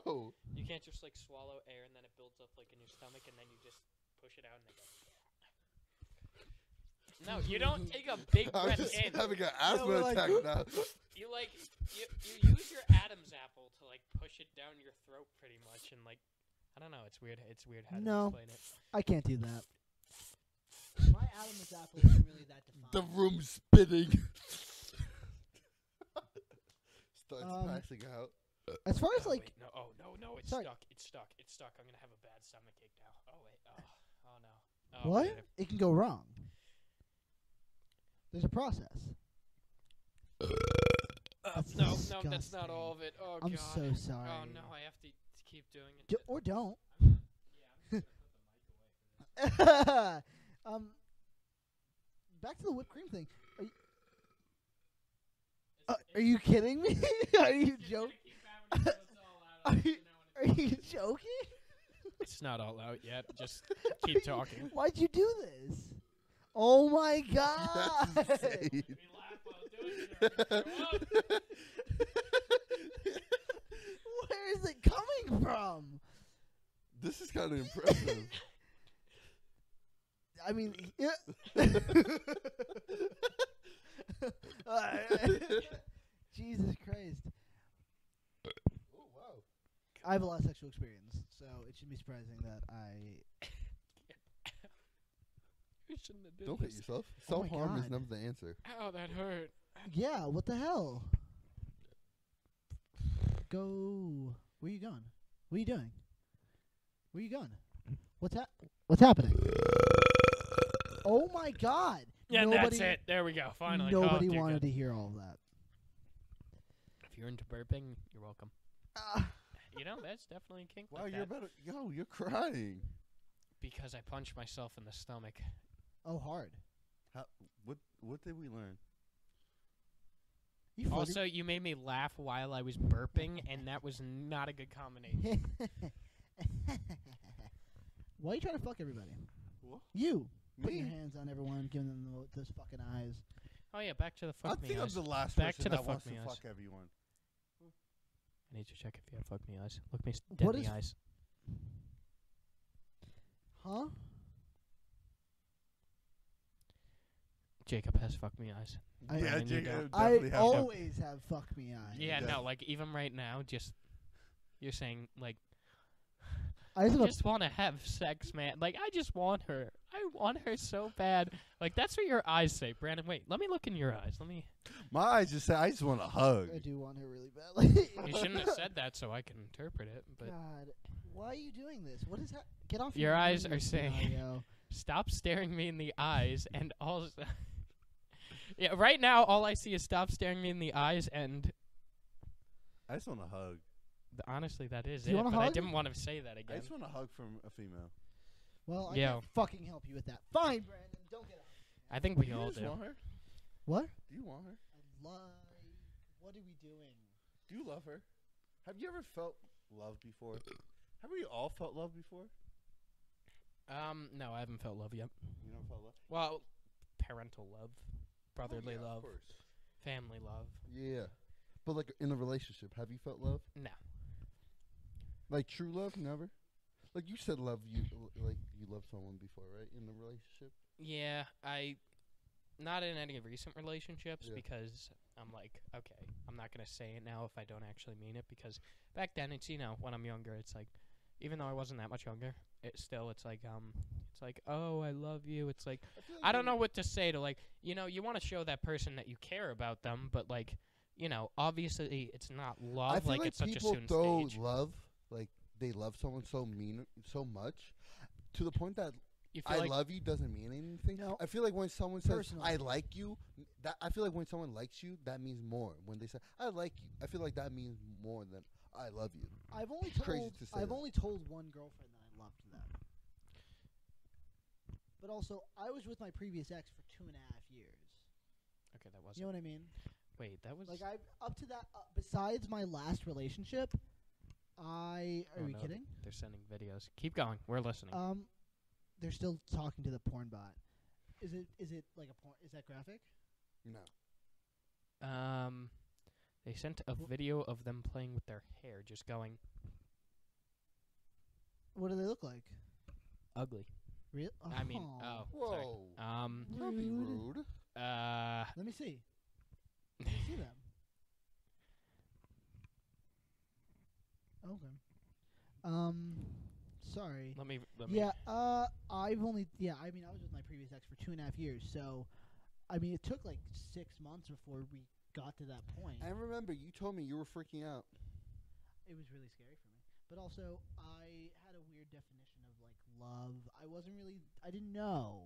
You can't just like swallow air and then it builds up like in your stomach and then you just push it out and then go. No, you don't take a big I'm breath just in. having an No, we're asthma like, attack now. You like you, you use your Adam's apple to like push it down your throat pretty much and like I don't know, it's weird it's weird how No. to explain it. I can't do that. My Adam's apple isn't really that defined. the room's spinning. Starts Um, passing out. as far as Oh, like, wait, no, oh no, no, it's Sorry. stuck. It's stuck. It's stuck. I'm gonna have a bad stomach ache now. Oh wait. Oh, oh no. Oh, what? wait, It can go wrong. There's a process. Uh, That's no, no, that's not disgusting. all of it. Oh I'm god. so sorry. Oh no, I have to keep doing it. D- or don't. yeah, um, back to the whipped cream thing. Are you, uh, are you kidding me? are you joking? Are you- Are you joking? It's not all out yet. Just Are you- keep talking. Why'd you do this? Oh my god! That's insane. Where is it coming from? this is kind of impressive. I mean, yeah. Jesus Christ. I have a lot of sexual experience, so it should be surprising that I You shouldn't have done Don't hit this. yourself. Oh Self my harm is God. never the answer. Ow, that hurt. Yeah, what the hell? Go. Where you going? What are you doing? Where you going? What's hap- What's happening? Oh my god! Yeah, nobody, that's it. There we go. Finally. Oh, Nobody dear wanted God. to hear all of that. If you're into burping, you're welcome. Ah, You know, that's definitely a kink. Wow, like you're that. better. Yo, you're crying. Because I punched myself in the stomach. oh, hard. What What did we learn? You Also, you made me laugh while I was burping, and that was not a good combination. fucking- Why are you trying to fuck everybody? What? You putting your Me? hands on everyone, giving them tho- those fucking eyes. Oh yeah, back to the I fuck me think I'm eyes. the last Back person to the that fuck wants me to eyes. fuck everyone. I need to check if you have fuck me eyes. Look me s- What dead in is- the eyes. Huh? Jacob has fuck me eyes. I- Brandon, yeah, you Jake, go. I I definitely have to- always have fuck me eyes. Yeah, Yeah. no, like even right now, just you're saying like I just have I a just want to have sex, man. Like I just want her. I want her so bad. Like that's what your eyes say, Brandon. Wait, let me look in your eyes. Let me. My eyes just say, I just want a hug. I do want her really badly. You shouldn't have said that, so I can interpret it. But God, why are you doing this? What is that? Get off Your eyes knees, are saying- scenario. stop staring me in the eyes, and also. yeah, right now all I see is stop staring me in the eyes, and I just want a hug. th- honestly, that is Do it. you want a But I hug? didn't want to say that I again. just want a hug from a female. Well, I Yo. can't fucking help you with that. Fine, Brandon, don't get up. I think we you all just do. want her? What? Do you want her? I love. What are we doing? Do you love her? Have you ever felt love before? Have we all felt love before? Um, no, I haven't felt love yet. You never felt love? Well, parental love, brotherly Oh, yeah, love, Of course. family love. Yeah. But like in a relationship, have you felt love? No. Like true love? Never? Like you said love you like you love someone before, right? In the relationship? Yeah, I not in any recent relationships Yeah. because I'm like, okay, I'm not gonna say it now if I don't actually mean it because back then it's you know when I'm younger it's like, even though I wasn't that much younger, it still it's like um it's like oh I love you it's like I, feel like I don't when- know what to say to like you know you want to show that person that you care about them but like you know obviously it's not love I feel like, like, it's such a people soon throw stage love like they love someone so mean so much to the point that you feel I like love you doesn't mean anything. No. I feel like when someone says Personal. I like you, that I feel like when someone likes you, that means more. When they say I like you, I feel like that means more than I love you. I've only It's crazy told. to say I've that. only told one girlfriend that I loved them. But also, I was with my previous ex for two and a half years. okay that You wasn't know what I mean? wait that was Like I up to that. Uh, besides my last relationship, I are Oh, you no. kidding? they're sending videos keep going we're listening Um, they're still talking to the porn bot. Is it is it like a porn? Is that graphic? No, Um, they sent a Wh- video of them playing with their hair, just going What do they look like? ugly. Real? I mean, Aw. oh, sorry. whoa, Um, don't be Rude. rude. uh, Let me see. Let me see them. Okay. Um, sorry. let me, let me. Yeah. Uh, I've only yeah. I mean, I was with my previous ex for two and a half years, so I mean, it took like six months before we got to that point. And remember, you told me you were freaking out. it was really scary for me. But also, I had a weird definition of like Mm-hmm. love. I wasn't really, I didn't know.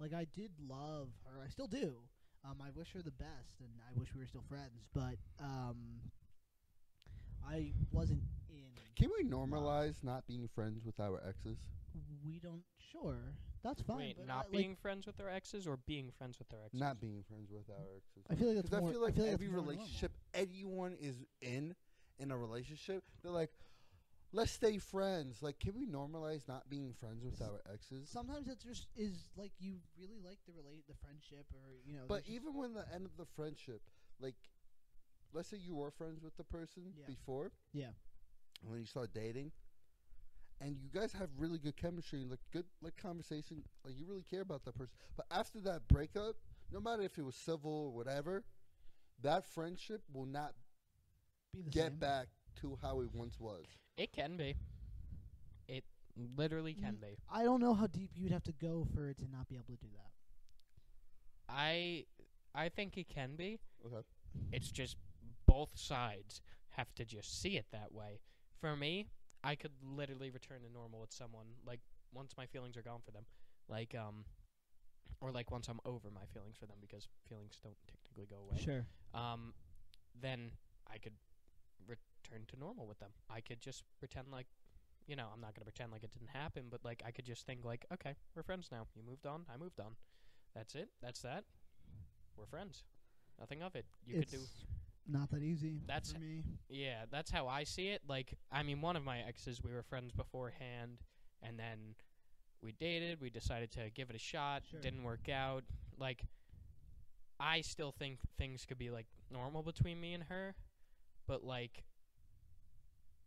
Like, I did love her. I still do. Um, I wish her the best, and I wish we were still friends. But um, I wasn't in. Can we normalize not being friends with our exes? We don't. Sure, that's fine. Wait, but I, not like, being friends with their exes or being friends with their exes? Not being friends with our exes. I feel like that's Because more. I feel like that's every more normal. relationship anyone is in in a relationship, they're like, let's stay friends. Like, can we normalize not being friends with our exes? Sometimes it's just is like you really like the relate the friendship or you know. But there's just- even when the end of the friendship, like, let's say you were friends with the person Yeah. before, Yeah. and then you start dating, and you guys have really good chemistry, like good like conversation, like you really care about that person. But after that breakup, no matter if it was civil or whatever, that friendship will not be the get same. back to how it once was. It can be. It literally can be. I don't know how deep you'd have to go for it to not be able to do that. I I think it can be. Okay. It's just both sides have to just see it that way. For me, I could literally return to normal with someone like once my feelings are gone for them, like um, or like once I'm over my feelings for them because feelings don't technically go away. Sure. Um, then I could return to normal with them. I could just pretend like. You know, I'm not gonna pretend like it didn't happen, but like I could just think like, okay, we're friends now. You moved on, I moved on. That's it. That's that. We're friends. Nothing of it. You it's could do not that easy. That's- for me. yeah, that's how I see it. Like, I mean, one of my exes, we were friends beforehand, and then we dated. We decided to give it a shot. Sure. Didn't work out. Like, I still think things could be like normal between me and her, but like,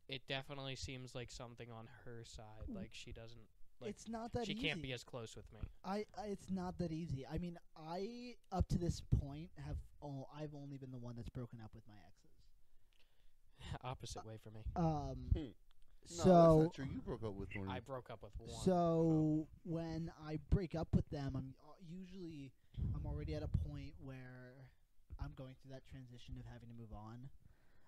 it definitely seems like something on her side. Like, she doesn't. Like, it's Mm. not that she easy. can't be as close with me. I, I it's not that easy. I mean, I up to this point have all I've only been the one that's broken up with my exes. Opposite way for me. Um, Hmm. so no, that's not true. You broke up with one. I broke up with one. So when I break up with them, I'm uh, usually I'm already at a point where I'm going through that transition of having to move on,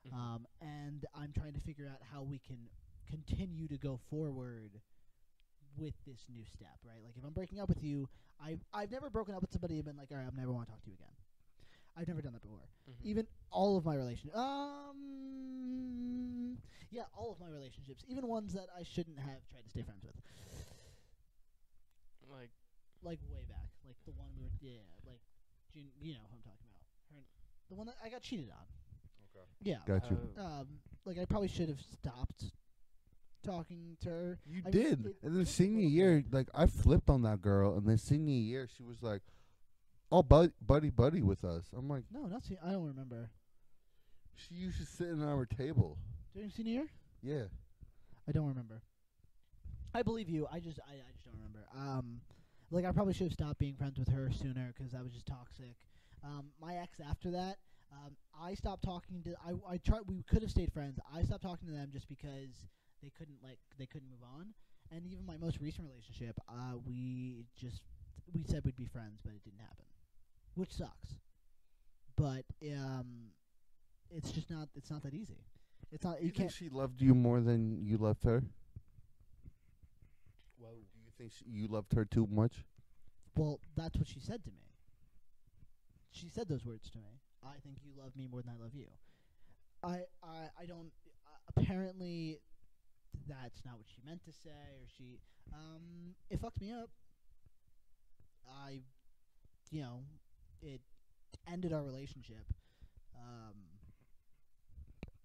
Mhm. um, and I'm trying to figure out how we can continue to go forward with this new step, right? Like if I'm breaking up with you, I I've never broken up with somebody and been like, all right, I'm never want to talk to you again. I've never done that before. Mhm. Even all of my relationships, um, yeah, all of my relationships, even ones that I shouldn't have tried to stay friends with like, like way back, like the one we were, yeah, like June, you know who I'm talking about, Her and- the one that I got cheated on. Okay. Yeah, Got you. uh, um, like I probably should have stopped talking to her. You I mean, did. it and then took a senior little year, like I flipped on that girl, and then senior year she was like, "Oh, bud- buddy, buddy, with us." I'm like, No, not se- I don't remember she used to sit at our table. during senior year. Yeah. I don't remember. I believe you. I just, I, I just don't remember. Um, like I probably should have stopped being friends with her sooner 'cause that was just toxic. Um, my ex after that, um, I stopped talking to. I, I tried. We could have stayed friends. I stopped talking to them just because they couldn't like they couldn't move on. And even my most recent relationship, uh, we just we said we'd be friends, but it didn't happen, which sucks. But um, it's just not. It's not that easy. It's not. You You think can't. she loved you more than you loved her? whoa. Do you think she, you loved her too much? Well, that's what she said to me. She said those words to me. I think you love me more than I love you. I I, I don't. Uh, apparently, that's not what she meant to say, or she. Um, it fucked me up. I, you know, it ended our relationship. Um,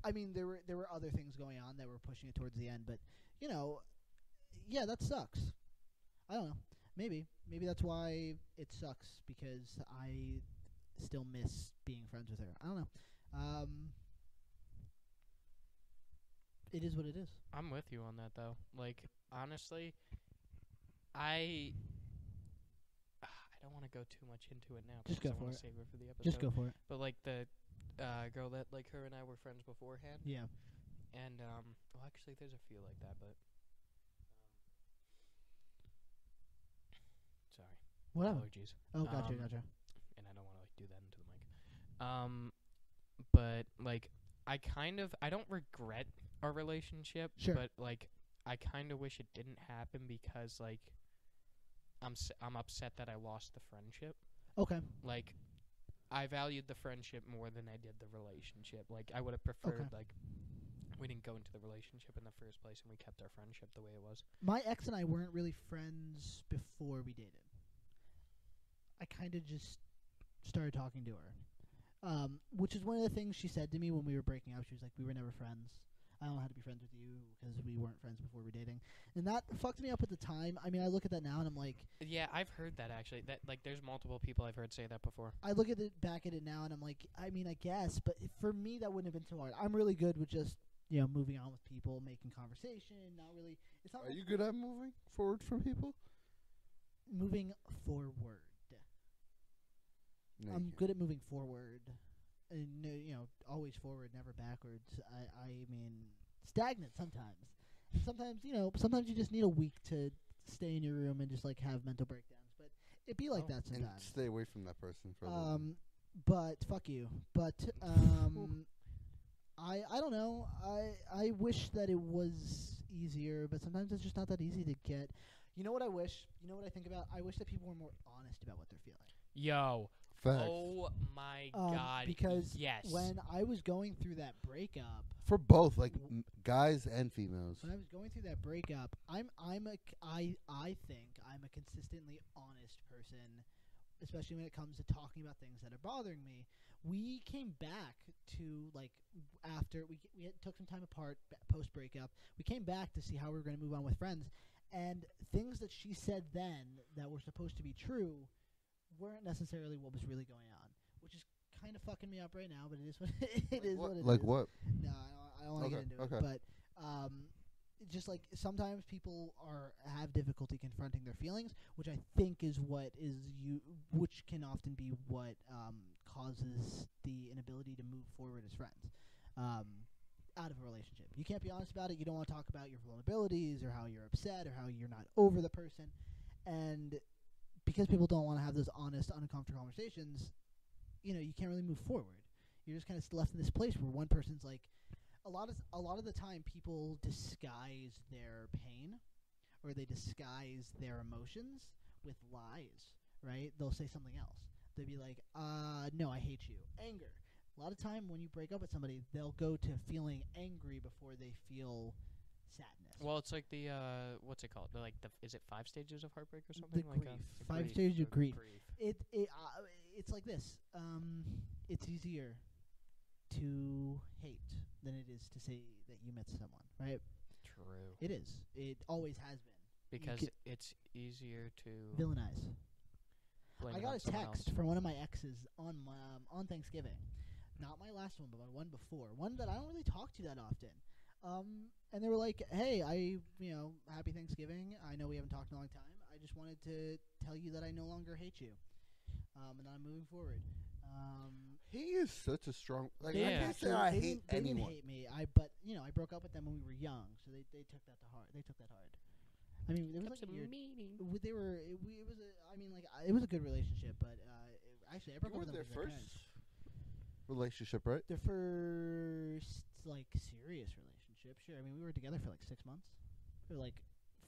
I mean, there were there were other things going on that were pushing it towards the end, but you know, yeah, that sucks. I don't know. Maybe. Maybe that's why it sucks because I still miss being friends with her. I don't know. Um, it is what it is. I'm with you on that though. Like honestly, I Ah, I don't want to go too much into it now. Just because I go for wanna it. Save it for the episode. Just go for it. But like the uh, girl that like her and I were friends beforehand, Yeah. and um, well actually there's a few like that, but um, sorry, Whatever. allergies, Oh, gotcha, Um, gotcha. and I don't want to like do that into the mic. Um, but like I kind of I don't regret our relationship, Sure. but like I kind of wish it didn't happen because like I'm s- I'm upset that I lost the friendship. Okay. Like I valued the friendship more than I did the relationship. Like I would have preferred like we didn't go into the relationship in the first place and we kept our friendship the way it was. My ex and I weren't really friends before we dated. I kind of just started talking to her, um, which is one of the things she said to me when we were breaking up. She was like, "We were never friends. I don't know how to be friends with you because we weren't friends before we were dating," and that fucked me up at the time. I mean, I look at that now and I'm like, Yeah, I've heard that actually. That like there's multiple people I've heard say that before. I look at it back at it now and I'm like, I mean, I guess, but for me that wouldn't have been too hard. I'm really good with just you know moving on with people, making conversation, not really. It's not Are like you good at moving forward from people? moving forward. No, you I'm can't. good at moving forward, and no- you know, always forward, never backwards. I, I mean, stagnant sometimes. And sometimes you know, sometimes you just need a week to stay in your room and just like have mental breakdowns. But it be like Oh, that And sometimes. stay away from that person for a little bit. Um, but fuck you. But um, I I don't know. I I wish that it was easier, but sometimes it's just not that easy to get. You know what I wish? You know what I think about? I wish that people were more honest about what they're feeling. Yo. Facts. Oh my Um, god. because yes. When I was going through that breakup, For both, like m- guys and females. when I was going through that breakup, I'm I'm a c- I I think I'm a consistently honest person, especially when it comes to talking about things that are bothering me. We came back to like after we we had, took some time apart post breakup. We came back to see how we were going to move on with friends, and things that she said then that were supposed to be true weren't necessarily what was really going on, which is kind of fucking me up right now. But it is what it is. What, it like is. what? No, I don't, I don't want to Okay, get into okay. it. But um, just like sometimes people are have difficulty confronting their feelings, which I think is what is you, which can often be what um, causes the inability to move forward as friends. Um, out of a relationship, you can't be honest about it. You don't want to talk about your vulnerabilities or how you're upset or how you're not over the person, and because people don't want to have those honest, uncomfortable conversations, you know, you can't really move forward you're just kind of left in this place where one person's like a lot of a lot of the time people disguise their pain or they disguise their emotions with lies right they'll say something else they'll be like uh no i hate you anger a lot of time when you break up with somebody they'll go to feeling angry before they feel sadness Well, it's like the uh, what's it called? The, like the is it five stages of heartbreak or something? The like a- grief. the Five grief, stages the of grief. it, it uh, it's like this. Um, it's easier to hate than it is to say that you met someone, right? True. It is. It always has been. Because could- it's easier to Villainize. blame I it got on a someone else. text from one of my exes on my, um, on Thanksgiving, not my last one, but my one before, one that I don't really talk to that often. Um, and they were like, "Hey, I, you know, happy Thanksgiving. I know we haven't talked in a long time. I just wanted to tell you that I no longer hate you, um, and that I'm moving forward." Um, He is such a strong. Like Yeah. I can't say I they hate didn't, they didn't anyone. hate me. I but you know I broke up with them when we were young, so they, they took that to heart. They took that hard. I mean, it was like a year. w- They were it, we, it was a I mean like I- it was a good relationship, but uh, it, actually I broke You up were with them their because of first parents. relationship, right? Their first like serious relationship. Sure, I mean we were together for like six months, or like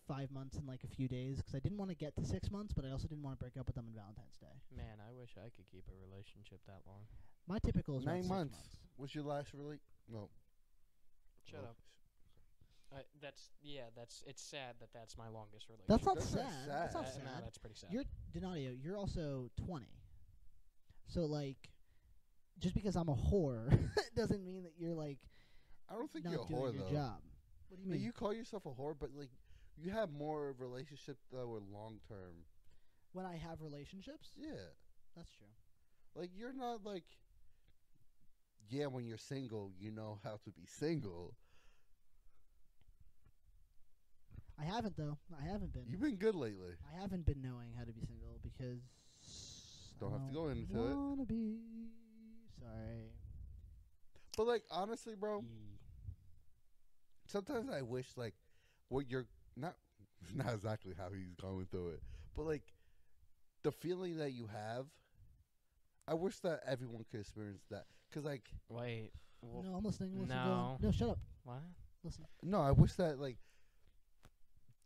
five months and like a few days because I didn't want to get to six months, but I also didn't want to break up with them on Valentine's Day. Man, I wish I could keep a relationship that long. My typical is around Nine six months. months. Was your last Oh, really? No. Shut well, up. I, that's yeah. That's it's sad that that's my longest relationship. That's not That's sad. not That's not Uh, sad. No, that's pretty sad. You're Donadio. You're also twenty. So like, just because I'm a whore doesn't mean that you're like I don't think not you're a doing whore your though. job. What do you Like, mean? you call yourself a whore, but like you have more relationships that were long term. when I have relationships, Yeah. that's true. Like you're not like. Yeah, when you're single, you know how to be single. I haven't though. I haven't been. You've been good lately. I haven't been knowing how to be single because Don't I have to go into it. wanna Be sorry. But like honestly, bro, Yee. sometimes I wish like what you're not not exactly how he's going through it, but like the feeling that you have. I wish that everyone could experience that because like Wait. wha- No, I'm listening. Listen, go on. No. no, shut up. What? Listen. no, I wish that like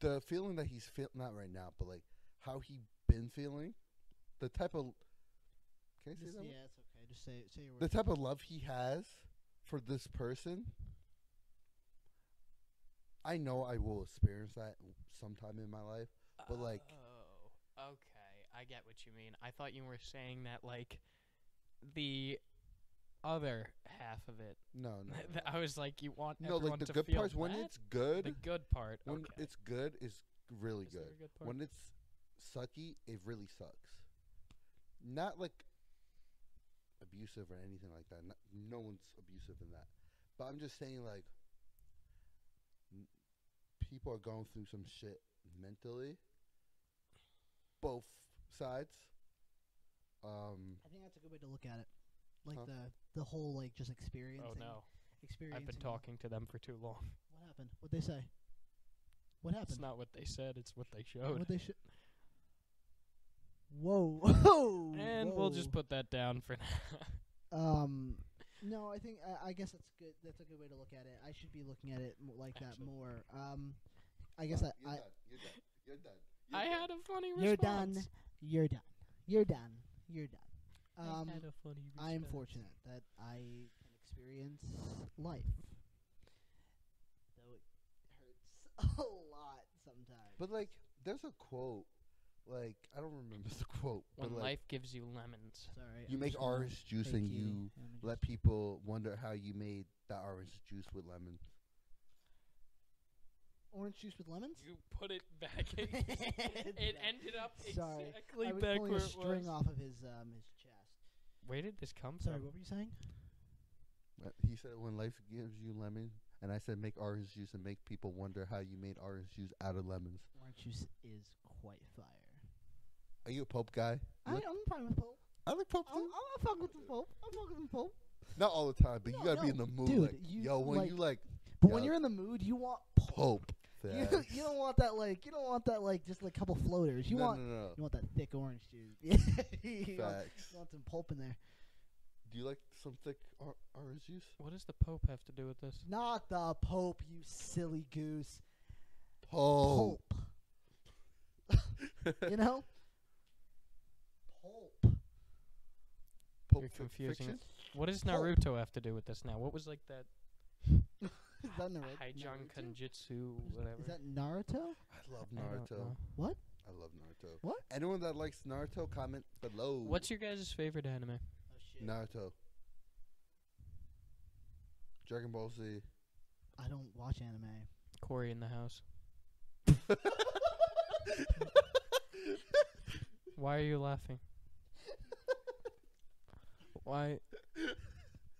the feeling that he's feeling not right now, but like how he been feeling, the type of Can I say Just- that? yeah, it's okay. Just say say your The word. type of love he has for this person, I know I will experience that sometime in my life. But, like- Oh, okay. I get what you mean. I thought you were saying that like the other half of it. No, no, Th- I was like, you want no. everyone like the to good feel parts when that? it's good. the good part. when okay. it's good is really Is there good. a good part? When it's sucky, it really sucks. Not like abusive or anything like that. Not, no one's abusive in that. But I'm just saying, like, n- people are going through some shit mentally. Both sides. Um, I think that's a good way to look at it. Like Huh? the the whole like just experience. oh no, Experience. I've been talking to them for too long. What happened? What they say? What It's happened? not what they said; it's what they What showed. they should. Whoa. Whoa. and we'll just whoa. put that down for now. Um. No, I think I, I guess that's good. That's a good way to look at it. I should be looking at it mo- like that Actually. more. Um. I guess I. you're, I done, I had a you're done. You're done. You're done. funny response. you're done. You're done. You're done. You're done. Um. I had a funny response. I am fortunate that I can experience life, though it hurts a lot sometimes. But like, there's a quote. Like, I don't remember the quote. When but, like, life gives you lemons. sorry, you I'm make just gonna- orange juice Hey, and Katie, you let me let just- people wonder how you made that orange juice with lemon. orange juice with lemons. You put it back in. it ended up Sorry, exactly I was back pulling where a it string was. off of his um his chest. Where did this come Sorry, from? what were you saying? Uh, He said, "When life gives you lemon," and I said, "Make orange juice and make people wonder how you made orange juice out of lemons." Orange juice is quite fire. Are you a Pope guy? I, You like- I'm fine with Pope. I like Pope I'm, too. I'm fucking with the Pope. I'm fucking with the Pope. Not all the time, but No, you gotta be in no, the mood. dude, like, you- yo, when like- you like But when Yeah. you're in the mood, you want Pope. Pope, You, you don't want that like you don't want that like just like couple floaters. You no, want no, no, you want that thick orange juice. you, want, facts. you want some pulp in there. Do you like some thick or- orange juice? What does the Pope have to do with this? Not the Pope, you silly goose. Pope. Pulp. You know? Pulp. Pope You're fic- confusing fiction? What does Pope. Naruto have to do with this now? What was like that Is that Naruto? Haijang Naruto? Kanjutsu, whatever? Is that Naruto? I love I don't Naruto. know. What? I love Naruto. What? Anyone that likes Naruto, comment below. What's your guys' favorite anime? Oh shit. Naruto. Dragon Ball Z. I don't watch anime. Corey in the house. Why are you laughing? Why?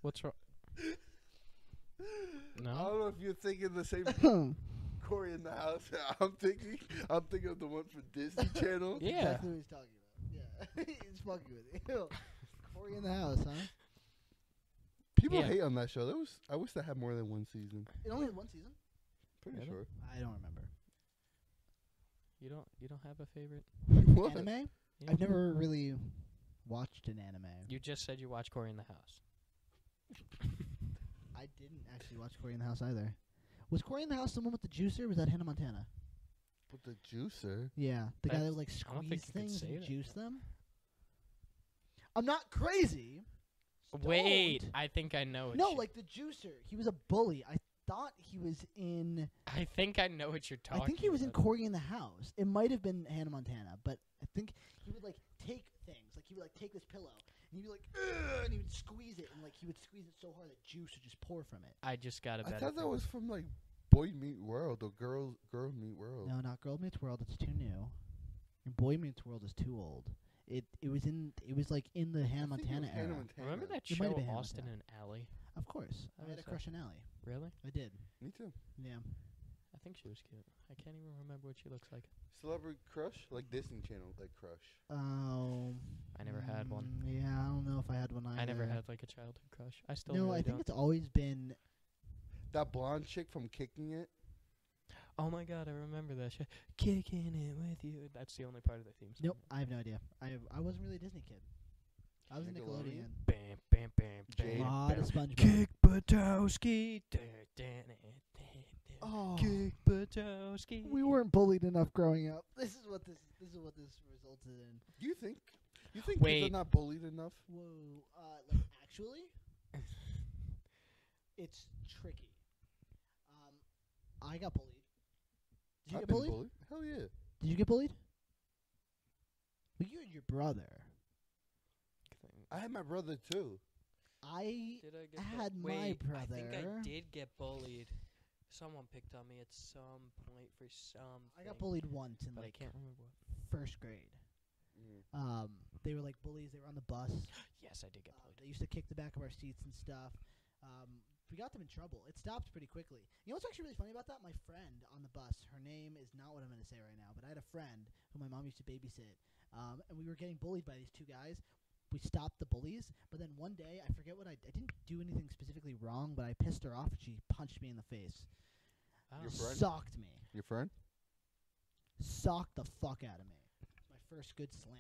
What's wrong? I No? Oh. don't know if you're thinking the same Corey in the house. that I'm thinking. I'm thinking of the one for Disney Channel. Yeah. Exactly what he's talking about. Yeah. he's fucking with you. Corey in the house, huh? People Yeah. hate on that show. That was. I wish that had more than one season. It only had one season? Pretty Really? sure. I don't remember. You don't you don't have a favorite? What? Anime? Yeah. I've never really watched an anime. You just said you watch Corey in the house. I didn't actually watch Corey in the House either. Was Corey in the House the one with the juicer? Or was that Hannah Montana? But the juicer. Yeah, the guy that would like I don't think squeeze you could things say and that. juice them. I'm not crazy. Wait, Stoned. I think I know what no, you- like the juicer. He was a bully. I thought he was in. I think I know what you're talking I think he was in about. Corey in the House. It might have been Hannah Montana, but I think he would like take things. Like he would like take this pillow and he'd be like, "Ugh," and he would squeeze it, and like he would squeeze it so hard that juice would just pour from it. I just got a I better thought that thing. was from like Boy Meet World or Girl Girl Meet World. No, not Girl Meets World. It's too new. And Boy Meets World is too old. It it was in it was like in the Hannah I think it was Montana era. Hannah Montana. Remember that It might have show been Hannah Austin Montana. and Alley? Of course, That I had was a a- crush on Allie. Really? I did. Me too. Yeah. I think she was cute. I can't even remember what she looks like. Celebrity Crush, like Disney Channel, like Crush. Um. I never had one. mm, Yeah, I don't know if Mm, I had one either. I never had like a childhood crush. I still no, really I think don't. it's always been. That blonde chick from Kicking It. Oh my god, I remember that shit. Kicking it with you. That's the only part of the theme song. Nope, I have no idea. I I wasn't really a Disney kid. I was a Nickelodeon. Nickelodeon? Bam, bam, bam, Jade. bam. A lot of bam. SpongeBob. Kick Batowski. da, da, da, da, da. Oh, Kick Batowski. we weren't bullied enough growing up. This is what this this is what this resulted in. Do you think You think kids Wait. are not bullied enough? Whoa. Uh, like actually, it's tricky. Um, I got bullied. Did you I've get been bullied? Hell yeah. Did you get bullied? Well, you and your brother. I had my brother too. I Did I I bul- had my Wait, I think brother. I did get bullied. Someone picked on me at some point for some. I got bullied once in but I like can't Mm. remember what. first grade. Um, they were like bullies. They were on the bus. Yes, I did get Uh, bullied. they used to kick the back of our seats and stuff. Um, we got them in trouble. It stopped pretty quickly. You know what's actually really funny about that? My friend on the bus, her name is not what I'm going to say right now, but I had a friend who my mom used to babysit, um, and we were getting bullied by these two guys. We stopped the bullies, but then one day, I forget what I, I didn't do anything specifically wrong, but I pissed her off and she punched me in the face. Uh, Your Oh. friend? Socked me. Your friend? Socked the fuck out of me. My first good slammer.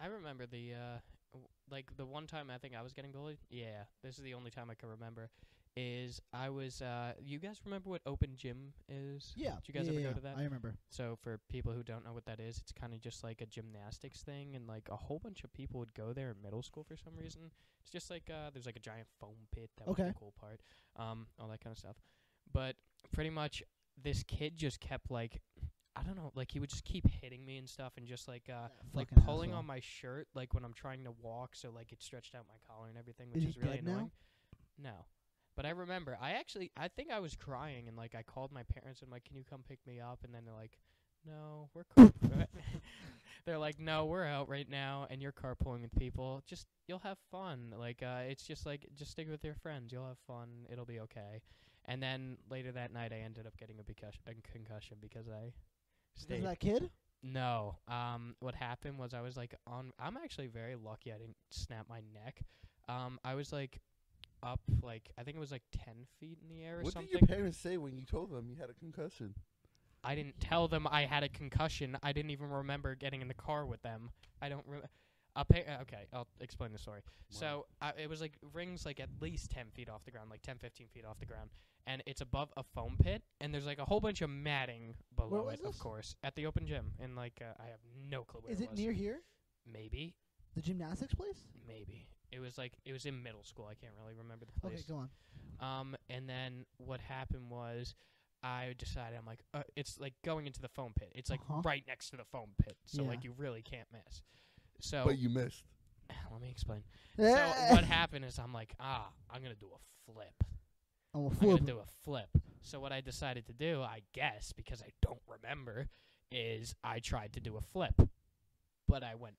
I remember the uh, w- like the one time I think I was getting bullied. Yeah, this is the only time I can remember. Is I was uh, you guys remember what open gym is? Yeah. Did you guys yeah, ever yeah, go yeah, to that? I remember. So for people who don't know what that is, it's kind of just like a gymnastics thing, and like a whole bunch of people would go there in middle school for some reason. It's just like uh, there's like a giant foam pit. That was Okay. the cool part. Um, all that kind of stuff. But pretty much this kid just kept like, I don't know, like he would just keep hitting me and stuff, and just like uh, That like fucking pulling asshole. on my shirt, like when I'm trying to walk, so like it stretched out my collar and everything, which Is he is really dead now? annoying. No. But I remember, I actually, I think I was crying and like I called my parents and like, can you come pick me up? And then they're like, no, we're carpooling. they're like, no, we're out right now, and you're carpooling with people. Just you'll have fun. Like uh, it's just like just stick with your friends. You'll have fun. It'll be okay. And then later that night, I ended up getting a, concussion, a concussion because I Is stayed that kid? no. Um, what happened was I was like on. I'm actually very lucky. I didn't snap my neck. Um, I was like up like I think it was like ten feet in the air or What something. did your parents say when you told them you had a concussion? I didn't tell them I had a concussion. I didn't even remember getting in the car with them. I don't. Re- I'll pay, uh, okay, I'll explain the story. So I, it was like rings like at least 10 feet off the ground, like 10, 15 feet off the ground. And it's above a foam pit. And there's like a whole bunch of matting below was it, of this? course, at the open gym. And like, uh, I have no clue where Is it was. near here? Maybe. The gymnastics place? maybe it was like it was in middle school i can't really remember the Okay, place go on. um and then what happened was i decided i'm like uh, it's like going into the foam pit it's like Uh-huh. right next to the foam pit so Yeah. like you really can't miss so But you missed. let me explain so what happened is i'm like ah i'm gonna do a flip I'm a I'm flip. gonna do a flip. So what I decided to do, I guess, because I don't remember, is I tried to do a flip, but I went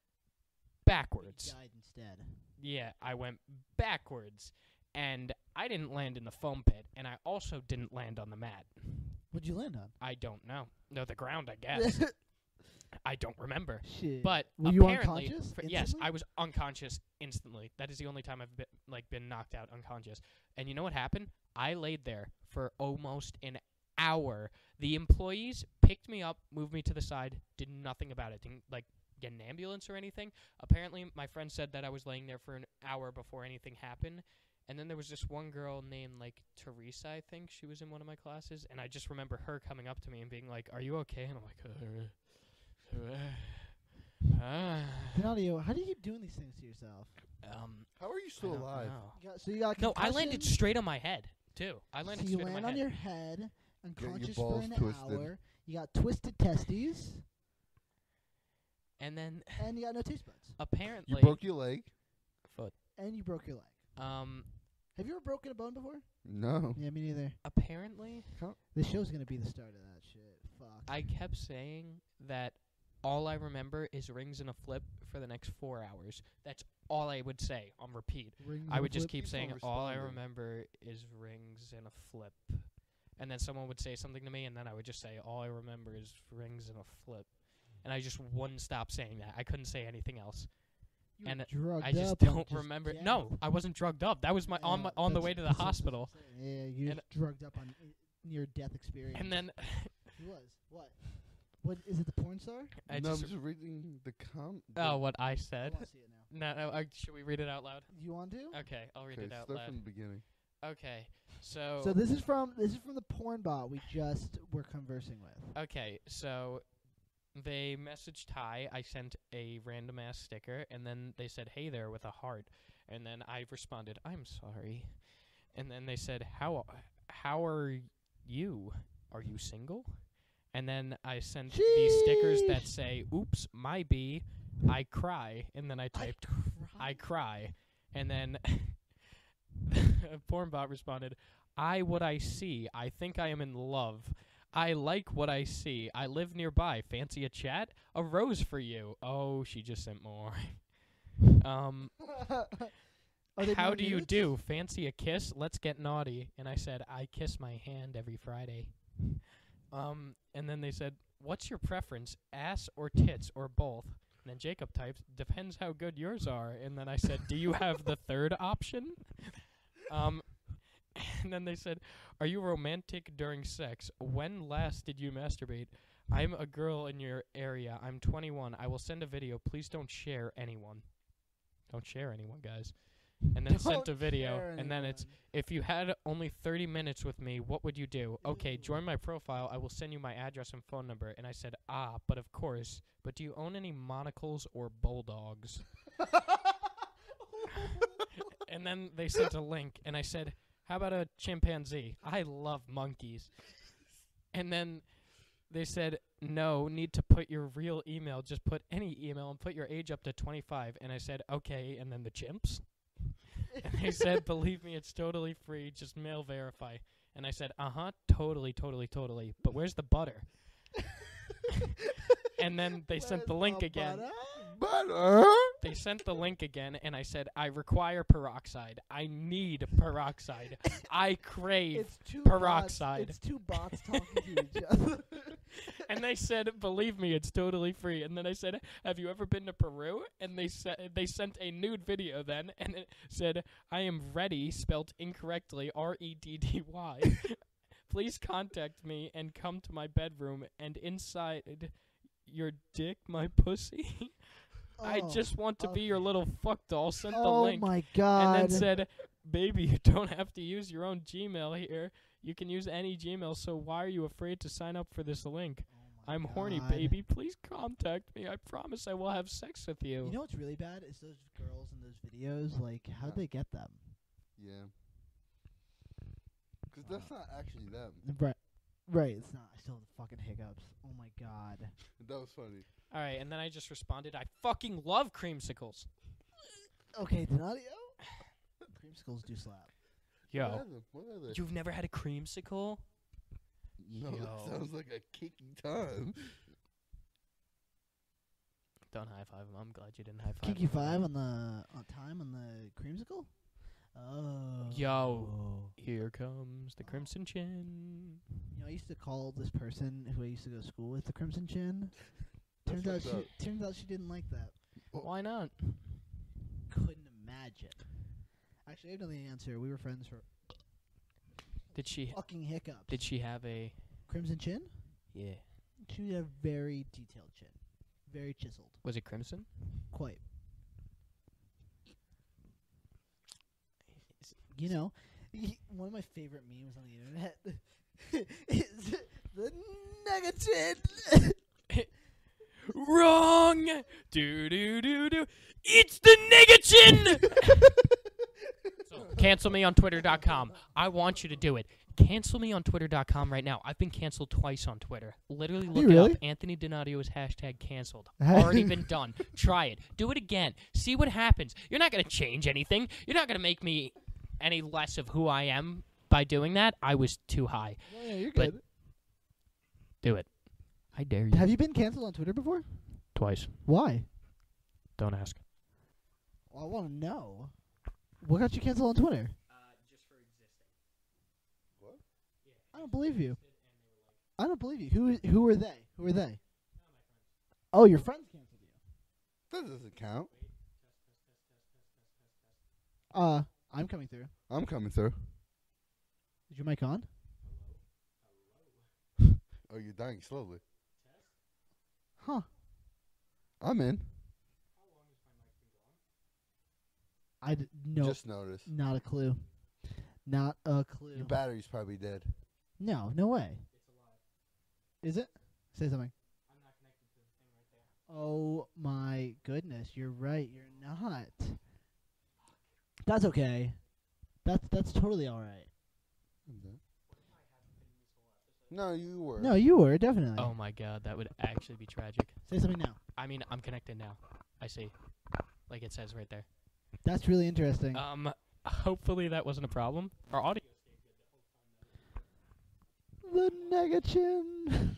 backwards. died instead. Yeah, I went backwards, and I didn't land in the foam pit, and I also didn't land on the mat. What'd you land on? I don't know. No, the ground, I guess. I don't remember. Shit. But were you apparently, unconscious? for- yes, instantly? I was unconscious instantly. That is the only time I've been, like been knocked out unconscious. And you know what happened? I laid there for almost an hour. The employees picked me up, moved me to the side, did nothing about it. Didn't like get an ambulance or anything. Apparently, my friend said that I was laying there for an hour before anything happened. And then there was this one girl named like Teresa, I think she was in one of my classes, and I just remember her coming up to me and being like, "Are you okay?" And I'm like, uh, Donadio, how do you keep doing these things to yourself? um, How are you I still don't alive? know. You got, so you got No, I landed concussion, straight on my head too. I landed so you straight land on on, my head. your head, your unconscious for balls an twisted. hour. You got twisted testes, and then and you got no taste buds, apparently, You broke your leg? and you broke your leg. um, Have you ever broken a bone before? No. Yeah, me neither. apparently, This show's gonna be the start of that shit. Fuck. I kept saying that all I remember is rings and a flip for the next four hours. That's all I would say on repeat. I would just keep People saying all I responding. remember is rings and a flip. And then someone would say something to me and then I would just say all I remember is rings and a flip. And I just wouldn't stop saying that. I couldn't say anything else. You were and drugged I just up and don't remember. yeah. No, I wasn't drugged up. That was my on Yeah, my, on the that's- way to the that's what I'm hospital. saying. Yeah, you And- was drugged up on uh, near death experience. And then he was what? What is it? The porn star? I no, just I'm just reading the com. oh what I I said. want to see it now. No, no I, should we read it out loud? You want to? Okay, I'll read okay, it out start loud. from the beginning. Okay, so, So this is from this is from the porn bot we just were conversing with. okay, so they messaged Ty. I sent a random ass sticker, and then they said, "Hey there," with a heart, and then I responded, "I'm sorry," and then they said, "How how are you? Are you single?" And then I sent these stickers that Sheesh. say, "Oops, my bee, I cry," and then I I typed, "I cry," and then Pornbot responded, "I what I see. I think I am in love." I like what I see. I live nearby. Fancy a chat? A rose for you. Oh, she just sent more. um, Are they how more do you nudes? do? Fancy a kiss? Let's get naughty. And I said, I kiss my hand every Friday. Um, and then they said, What's your preference? Ass or tits or both? And then Jacob types, Depends how good yours are. And then I said, Do you have the third option? Um, and then they said, Are you romantic during sex? When last did you masturbate? I'm a girl in your area. I'm 21. I will send a video. Please don't share anyone. Don't share anyone, guys. And then sent a Don't video. share And then it's, If you had only 30 minutes with me, what would you do? Okay, join my profile. I will send you my address and phone number. And I said, Ah, but of course. But do you own any monocles or bulldogs? and then they sent a link, and I said, "How about a chimpanzee? I love monkeys." And then they said, "No, need to put your real email. Just put any email and put your age up to 25." And I said, "Okay." And then the chimps. and they said, "Believe me, it's totally free. Just mail verify." And I said, "Uh huh, totally, totally, totally. But where's the butter?" and then they sent Where's the link my again butter? Butter. they sent the link again and I said, I require peroxide. I need peroxide. I crave. It's two peroxide. Bots. It's two bots talking to each other. and they said, believe me, it's totally free. And then I said, have you ever been to Peru? And they said they sent a nude video then and it said, I am ready, spelt incorrectly, R E D D Y. Please contact me and come to my bedroom and inside your dick, my pussy. I Oh, just want to be your little fuck doll. Sent the Oh link. my god! and then said, "Baby, you don't have to use your own Gmail here. You can use any Gmail. So why are you afraid to sign up for this link? I'm horny, Oh God. baby. Please contact me. I promise I will have sex with you." You know what's really bad is those girls in those videos. Like, how'd they get them? Yeah. Because that's not actually them. Right, right. It's not. I still have the fucking hiccups. Oh my god. That was funny. All right, and then I just responded, "I fucking love creamsicles." Okay, Donadio. Creamsicles do slap. What Yo, are they? What are they? you've never had a creamsicle? no, Yo. that sounds like a kinky time. Don't high five him. I'm glad you didn't high five. Kiki him. five on the on time on the creamsicle. Oh. Yo. Here comes the crimson chin. You know, I used to call this person who I used to go to school with the Crimson Chin. That's Turns out fucked she turns out she didn't like that. Why not? Couldn't imagine. Actually, I have nothing to answer. We were friends for Did she? fucking hiccups. Did she have a? Crimson Chin? Yeah. She had a very detailed chin, very chiseled. Was it crimson? Quite. You know, y- one of my favorite memes on the internet is the Nugget Chin. Wrong. Do do do do. It's the negation. so cancel me on Twitter.com. I want you to do it. Cancel me on Twitter.com right now. I've been canceled twice on Twitter. Literally, look it really? up. Anthony Donadio is hashtag canceled. Already been done. Try it. Do it again. See what happens. You're not gonna change anything. You're not gonna make me any less of who I am by doing that. I was too high. yeah, you're But- Do it. I dare you. Have you been canceled on Twitter before? Twice. Why? Don't ask. Well, I want to know. What got you canceled on Twitter? What? I don't believe you. I don't believe you. Who who are they? Who are they? Oh, your friends canceled you. That doesn't count. Uh, I'm coming through. I'm coming through. Is your mic on? Oh, you're dying slowly. Huh. I'm in. I d- no, Just noticed. not a clue. Not a Your clue. battery's probably dead. No, no way. Is it? Say something. Oh my goodness, you're right. You're not. That's okay. That's that's totally all right. Mm-hmm. No, you were. No, you were definitely. Oh my god, that would actually be tragic. Say something now. I mean, I'm connected now. I see. Like it says right there. That's really interesting. Um, hopefully that wasn't a problem. Our audio. the negachin.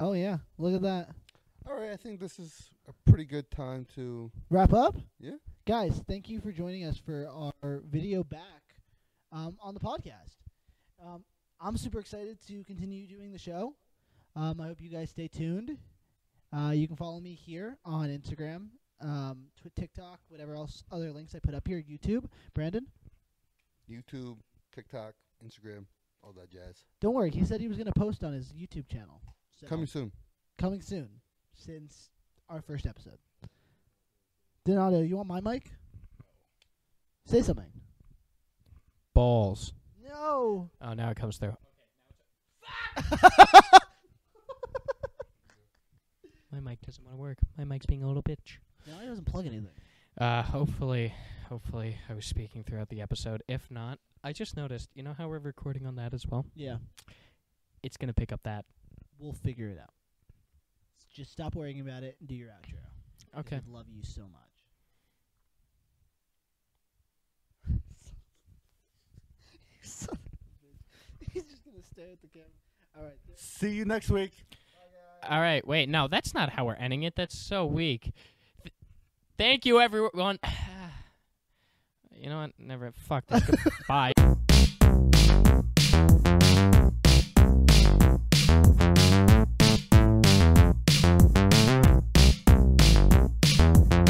oh yeah, look at that. All right, I think this is a pretty good time to. wrap up? Yeah. Guys, thank you for joining us for our video back um, on the podcast. Um, I'm super excited to continue doing the show. Um, I hope you guys stay tuned. Uh, you can follow me here on Instagram, um, tw- TikTok, whatever else, other links I put up here, YouTube. Brandon, YouTube, TikTok, Instagram, all that jazz. don't worry. He said he was going to post on his YouTube channel. So Coming soon. coming soon, since our first episode. Donato, you want my mic? Say something. Balls. No. Oh, now it comes through. My mic doesn't want to work. My mic's being a little bitch. No, it doesn't plug anything. Uh, hopefully, hopefully, I was speaking throughout the episode. If not, I just noticed. You know how we're recording on that as well. Yeah, It's gonna pick up that. we'll figure it out. Just stop worrying about it and do your outro. 'cause Okay. we love you so much. He's so- He's just gonna stare at the camera. All right. See you next week. All right. Wait. No, that's not how we're ending it. That's so weak. Th- thank you, everyone. you know what? Never. Fuck. This. Bye.